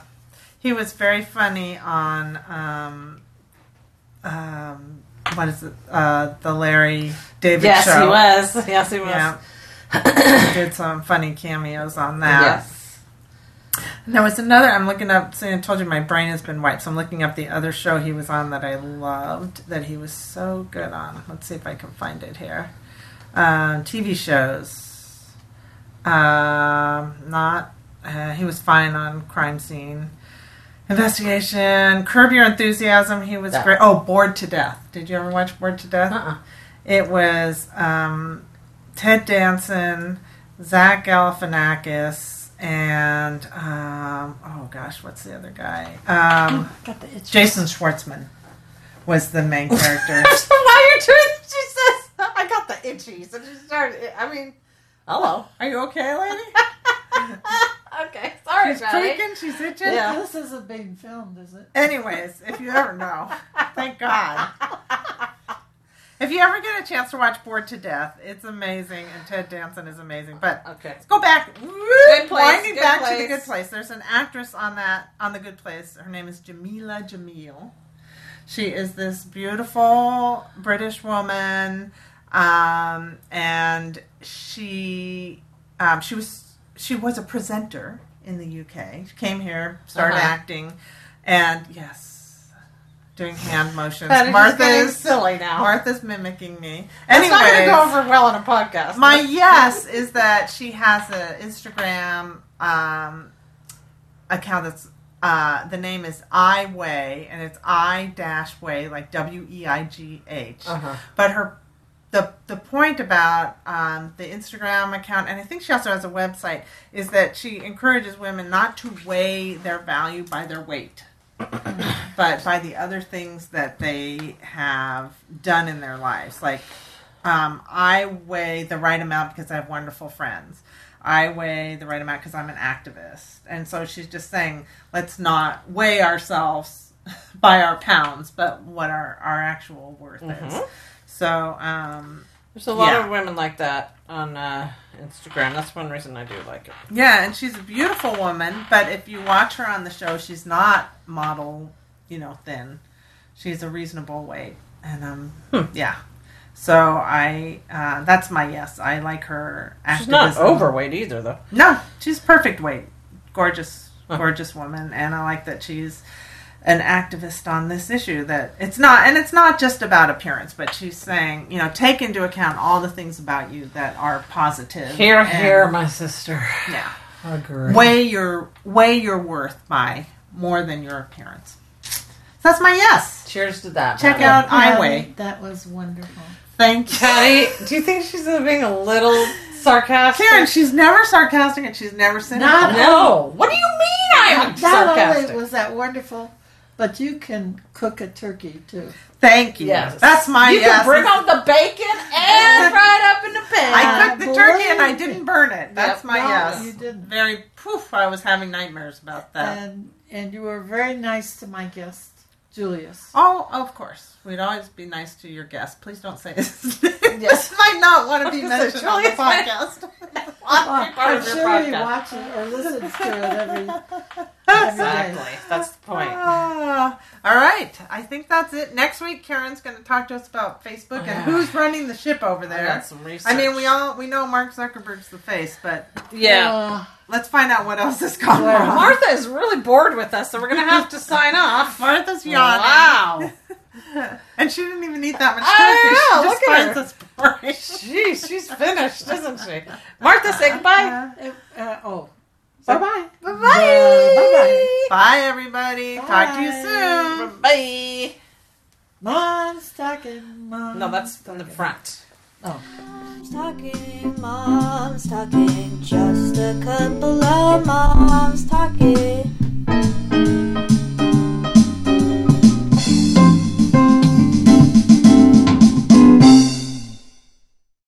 Speaker 2: he was very funny on um, um, what is it? Uh, the Larry David
Speaker 3: Yes,
Speaker 2: show.
Speaker 3: he was. Yes, he was.
Speaker 2: Yeah, he did some funny cameos on that.
Speaker 3: Yes.
Speaker 2: And there was another. I'm looking up. See, I told you my brain has been wiped, so I'm looking up the other show he was on that I loved. That he was so good on. Let's see if I can find it here. Um, TV shows. Um, not. Uh, he was fine on Crime Scene Investigation. Curb Your Enthusiasm. He was
Speaker 3: That-
Speaker 2: great. Oh, Bored to Death. Did you ever watch Bored to Death?
Speaker 3: Uh-uh.
Speaker 2: It was um, Ted Danson, Zach Galifianakis, and um, oh gosh, what's the other guy? Um,
Speaker 4: Got the itch.
Speaker 2: Jason Schwartzman was the main character.
Speaker 3: I don't know why you're doing She says, "Oh, I got the itchies. And she started, I mean, hello.
Speaker 2: Are you okay, lady?
Speaker 3: okay, sorry
Speaker 2: She's creaking. She's itching.
Speaker 3: Yeah.
Speaker 4: This is a big film, does it?
Speaker 2: Anyways, if you ever know, thank God. If you ever get a chance to watch Bored to Death, it's amazing, and Ted Danson is amazing. But
Speaker 3: Okay.
Speaker 2: Let's go back.
Speaker 3: Good place,
Speaker 2: Winding
Speaker 3: good
Speaker 2: back to the
Speaker 3: place.
Speaker 2: good place. There's an actress on that on the good place. Her name is Jamila Jamil. She is this beautiful British woman, um, and she um, she was she was a presenter in the UK. She came here, started
Speaker 3: Uh-huh.
Speaker 2: acting, and yes, doing hand motions.
Speaker 3: That is just getting
Speaker 2: Martha's
Speaker 3: silly now.
Speaker 2: Martha's mimicking me.
Speaker 3: That's not going to
Speaker 2: Anyways,
Speaker 3: go over well on a podcast.
Speaker 2: my yes is that she has an Instagram um, account that's uh, the name is I Way and it's I dash Way like W E I G H.
Speaker 3: Uh-huh.
Speaker 2: But her the the point about um, the Instagram account and I think she also has a website is that she encourages women not to weigh their value by their weight. but by the other things that they have done in their lives like um, I weigh the right amount because I have wonderful friends. I weigh the right amount because I'm an activist. And so she's just saying, let's not weigh ourselves by our pounds, but what our, our actual worth is.
Speaker 3: Mhm.
Speaker 2: So, um,
Speaker 3: There's a lot
Speaker 2: Yeah.
Speaker 3: of women like that on uh, Instagram. That's one reason I do like it.
Speaker 2: yeah, and she's a beautiful woman, but if you watch her on the show, she's not model, you know, thin. She's a reasonable weight. And, um,
Speaker 3: Hmm.
Speaker 2: yeah. So I, uh, that's my yes. I like her activism.
Speaker 3: She's not overweight either, though.
Speaker 2: No, she's perfect weight. Gorgeous,
Speaker 3: Huh.
Speaker 2: gorgeous woman. And I like that she's an activist on this issue that it's not and it's not just about appearance but she's saying you know take into account all the things about you that are positive
Speaker 3: Here,
Speaker 2: and-
Speaker 3: here, my sister. Oh,
Speaker 2: yeah
Speaker 3: Agree.
Speaker 2: weigh your weigh your worth by more than your appearance so that's my yes
Speaker 3: Cheers to that.
Speaker 2: Check
Speaker 3: Patty.
Speaker 2: out- I
Speaker 4: Patty,
Speaker 2: weigh.
Speaker 4: Um, That was wonderful.
Speaker 2: thank you
Speaker 3: Patty, do you think she's being a little sarcastic?
Speaker 2: karen she's never sarcastic and she's never cynical
Speaker 4: Not
Speaker 3: no. What do you mean I'm
Speaker 4: Not
Speaker 3: sarcastic?
Speaker 4: only was that wonderful, but you can cook a turkey too.
Speaker 2: thank you
Speaker 3: Yes.
Speaker 2: that's my
Speaker 3: you
Speaker 2: yes
Speaker 3: can bring on the bacon and right up in the pan.
Speaker 2: I cooked the turkey and I
Speaker 4: Believe
Speaker 2: didn't burn it. That's
Speaker 3: Yep.
Speaker 2: my
Speaker 4: No,
Speaker 2: yes.
Speaker 4: you didn't.
Speaker 2: Very poof. I was having nightmares about
Speaker 3: Uh,
Speaker 2: that.
Speaker 4: And and you were very nice to my guest, Julius.
Speaker 2: oh, of course. We'd always be nice to your guests. Please don't say this.
Speaker 3: Yes.
Speaker 2: this might not want to be
Speaker 3: Okay, so
Speaker 2: mentioned on the
Speaker 3: Julia's been-
Speaker 2: podcast.
Speaker 3: I'll be part
Speaker 4: I'm
Speaker 3: of your
Speaker 4: sure he
Speaker 3: podcast.
Speaker 4: watches or listens to it every
Speaker 3: Exactly. That's the point.
Speaker 2: Ah, all right. I think that's it. Next week, Karen's going to talk to us about Facebook
Speaker 3: Oh, Yeah.
Speaker 2: and
Speaker 3: Oh,
Speaker 2: who's running the ship over
Speaker 3: I
Speaker 2: there.
Speaker 3: got some research.
Speaker 2: I mean, we all we know Mark Zuckerberg's the face, but
Speaker 3: Yeah.
Speaker 4: Uh,
Speaker 2: let's find out what else is going
Speaker 4: Well,
Speaker 2: on.
Speaker 3: Martha is really bored with us, so we're going to have to sign off.
Speaker 2: Martha's yawning.
Speaker 3: Wow.
Speaker 2: and she didn't even eat that much cookies.
Speaker 3: I know,
Speaker 2: she just
Speaker 3: look at
Speaker 2: finds inspiration.
Speaker 3: Jeez, she's finished, isn't she? Martha, say goodbye.
Speaker 4: It, uh, oh,
Speaker 3: Bye bye.
Speaker 2: Bye-bye.
Speaker 4: Bye-bye.
Speaker 2: Bye, everybody. Talk to you
Speaker 4: Bye.
Speaker 2: soon.
Speaker 3: Bye.
Speaker 4: mom's talking. Mom's
Speaker 3: No, that's from the
Speaker 4: talking.
Speaker 3: front.
Speaker 4: Oh.
Speaker 1: Mom's talking, mom's talking, just a couple of moms talking.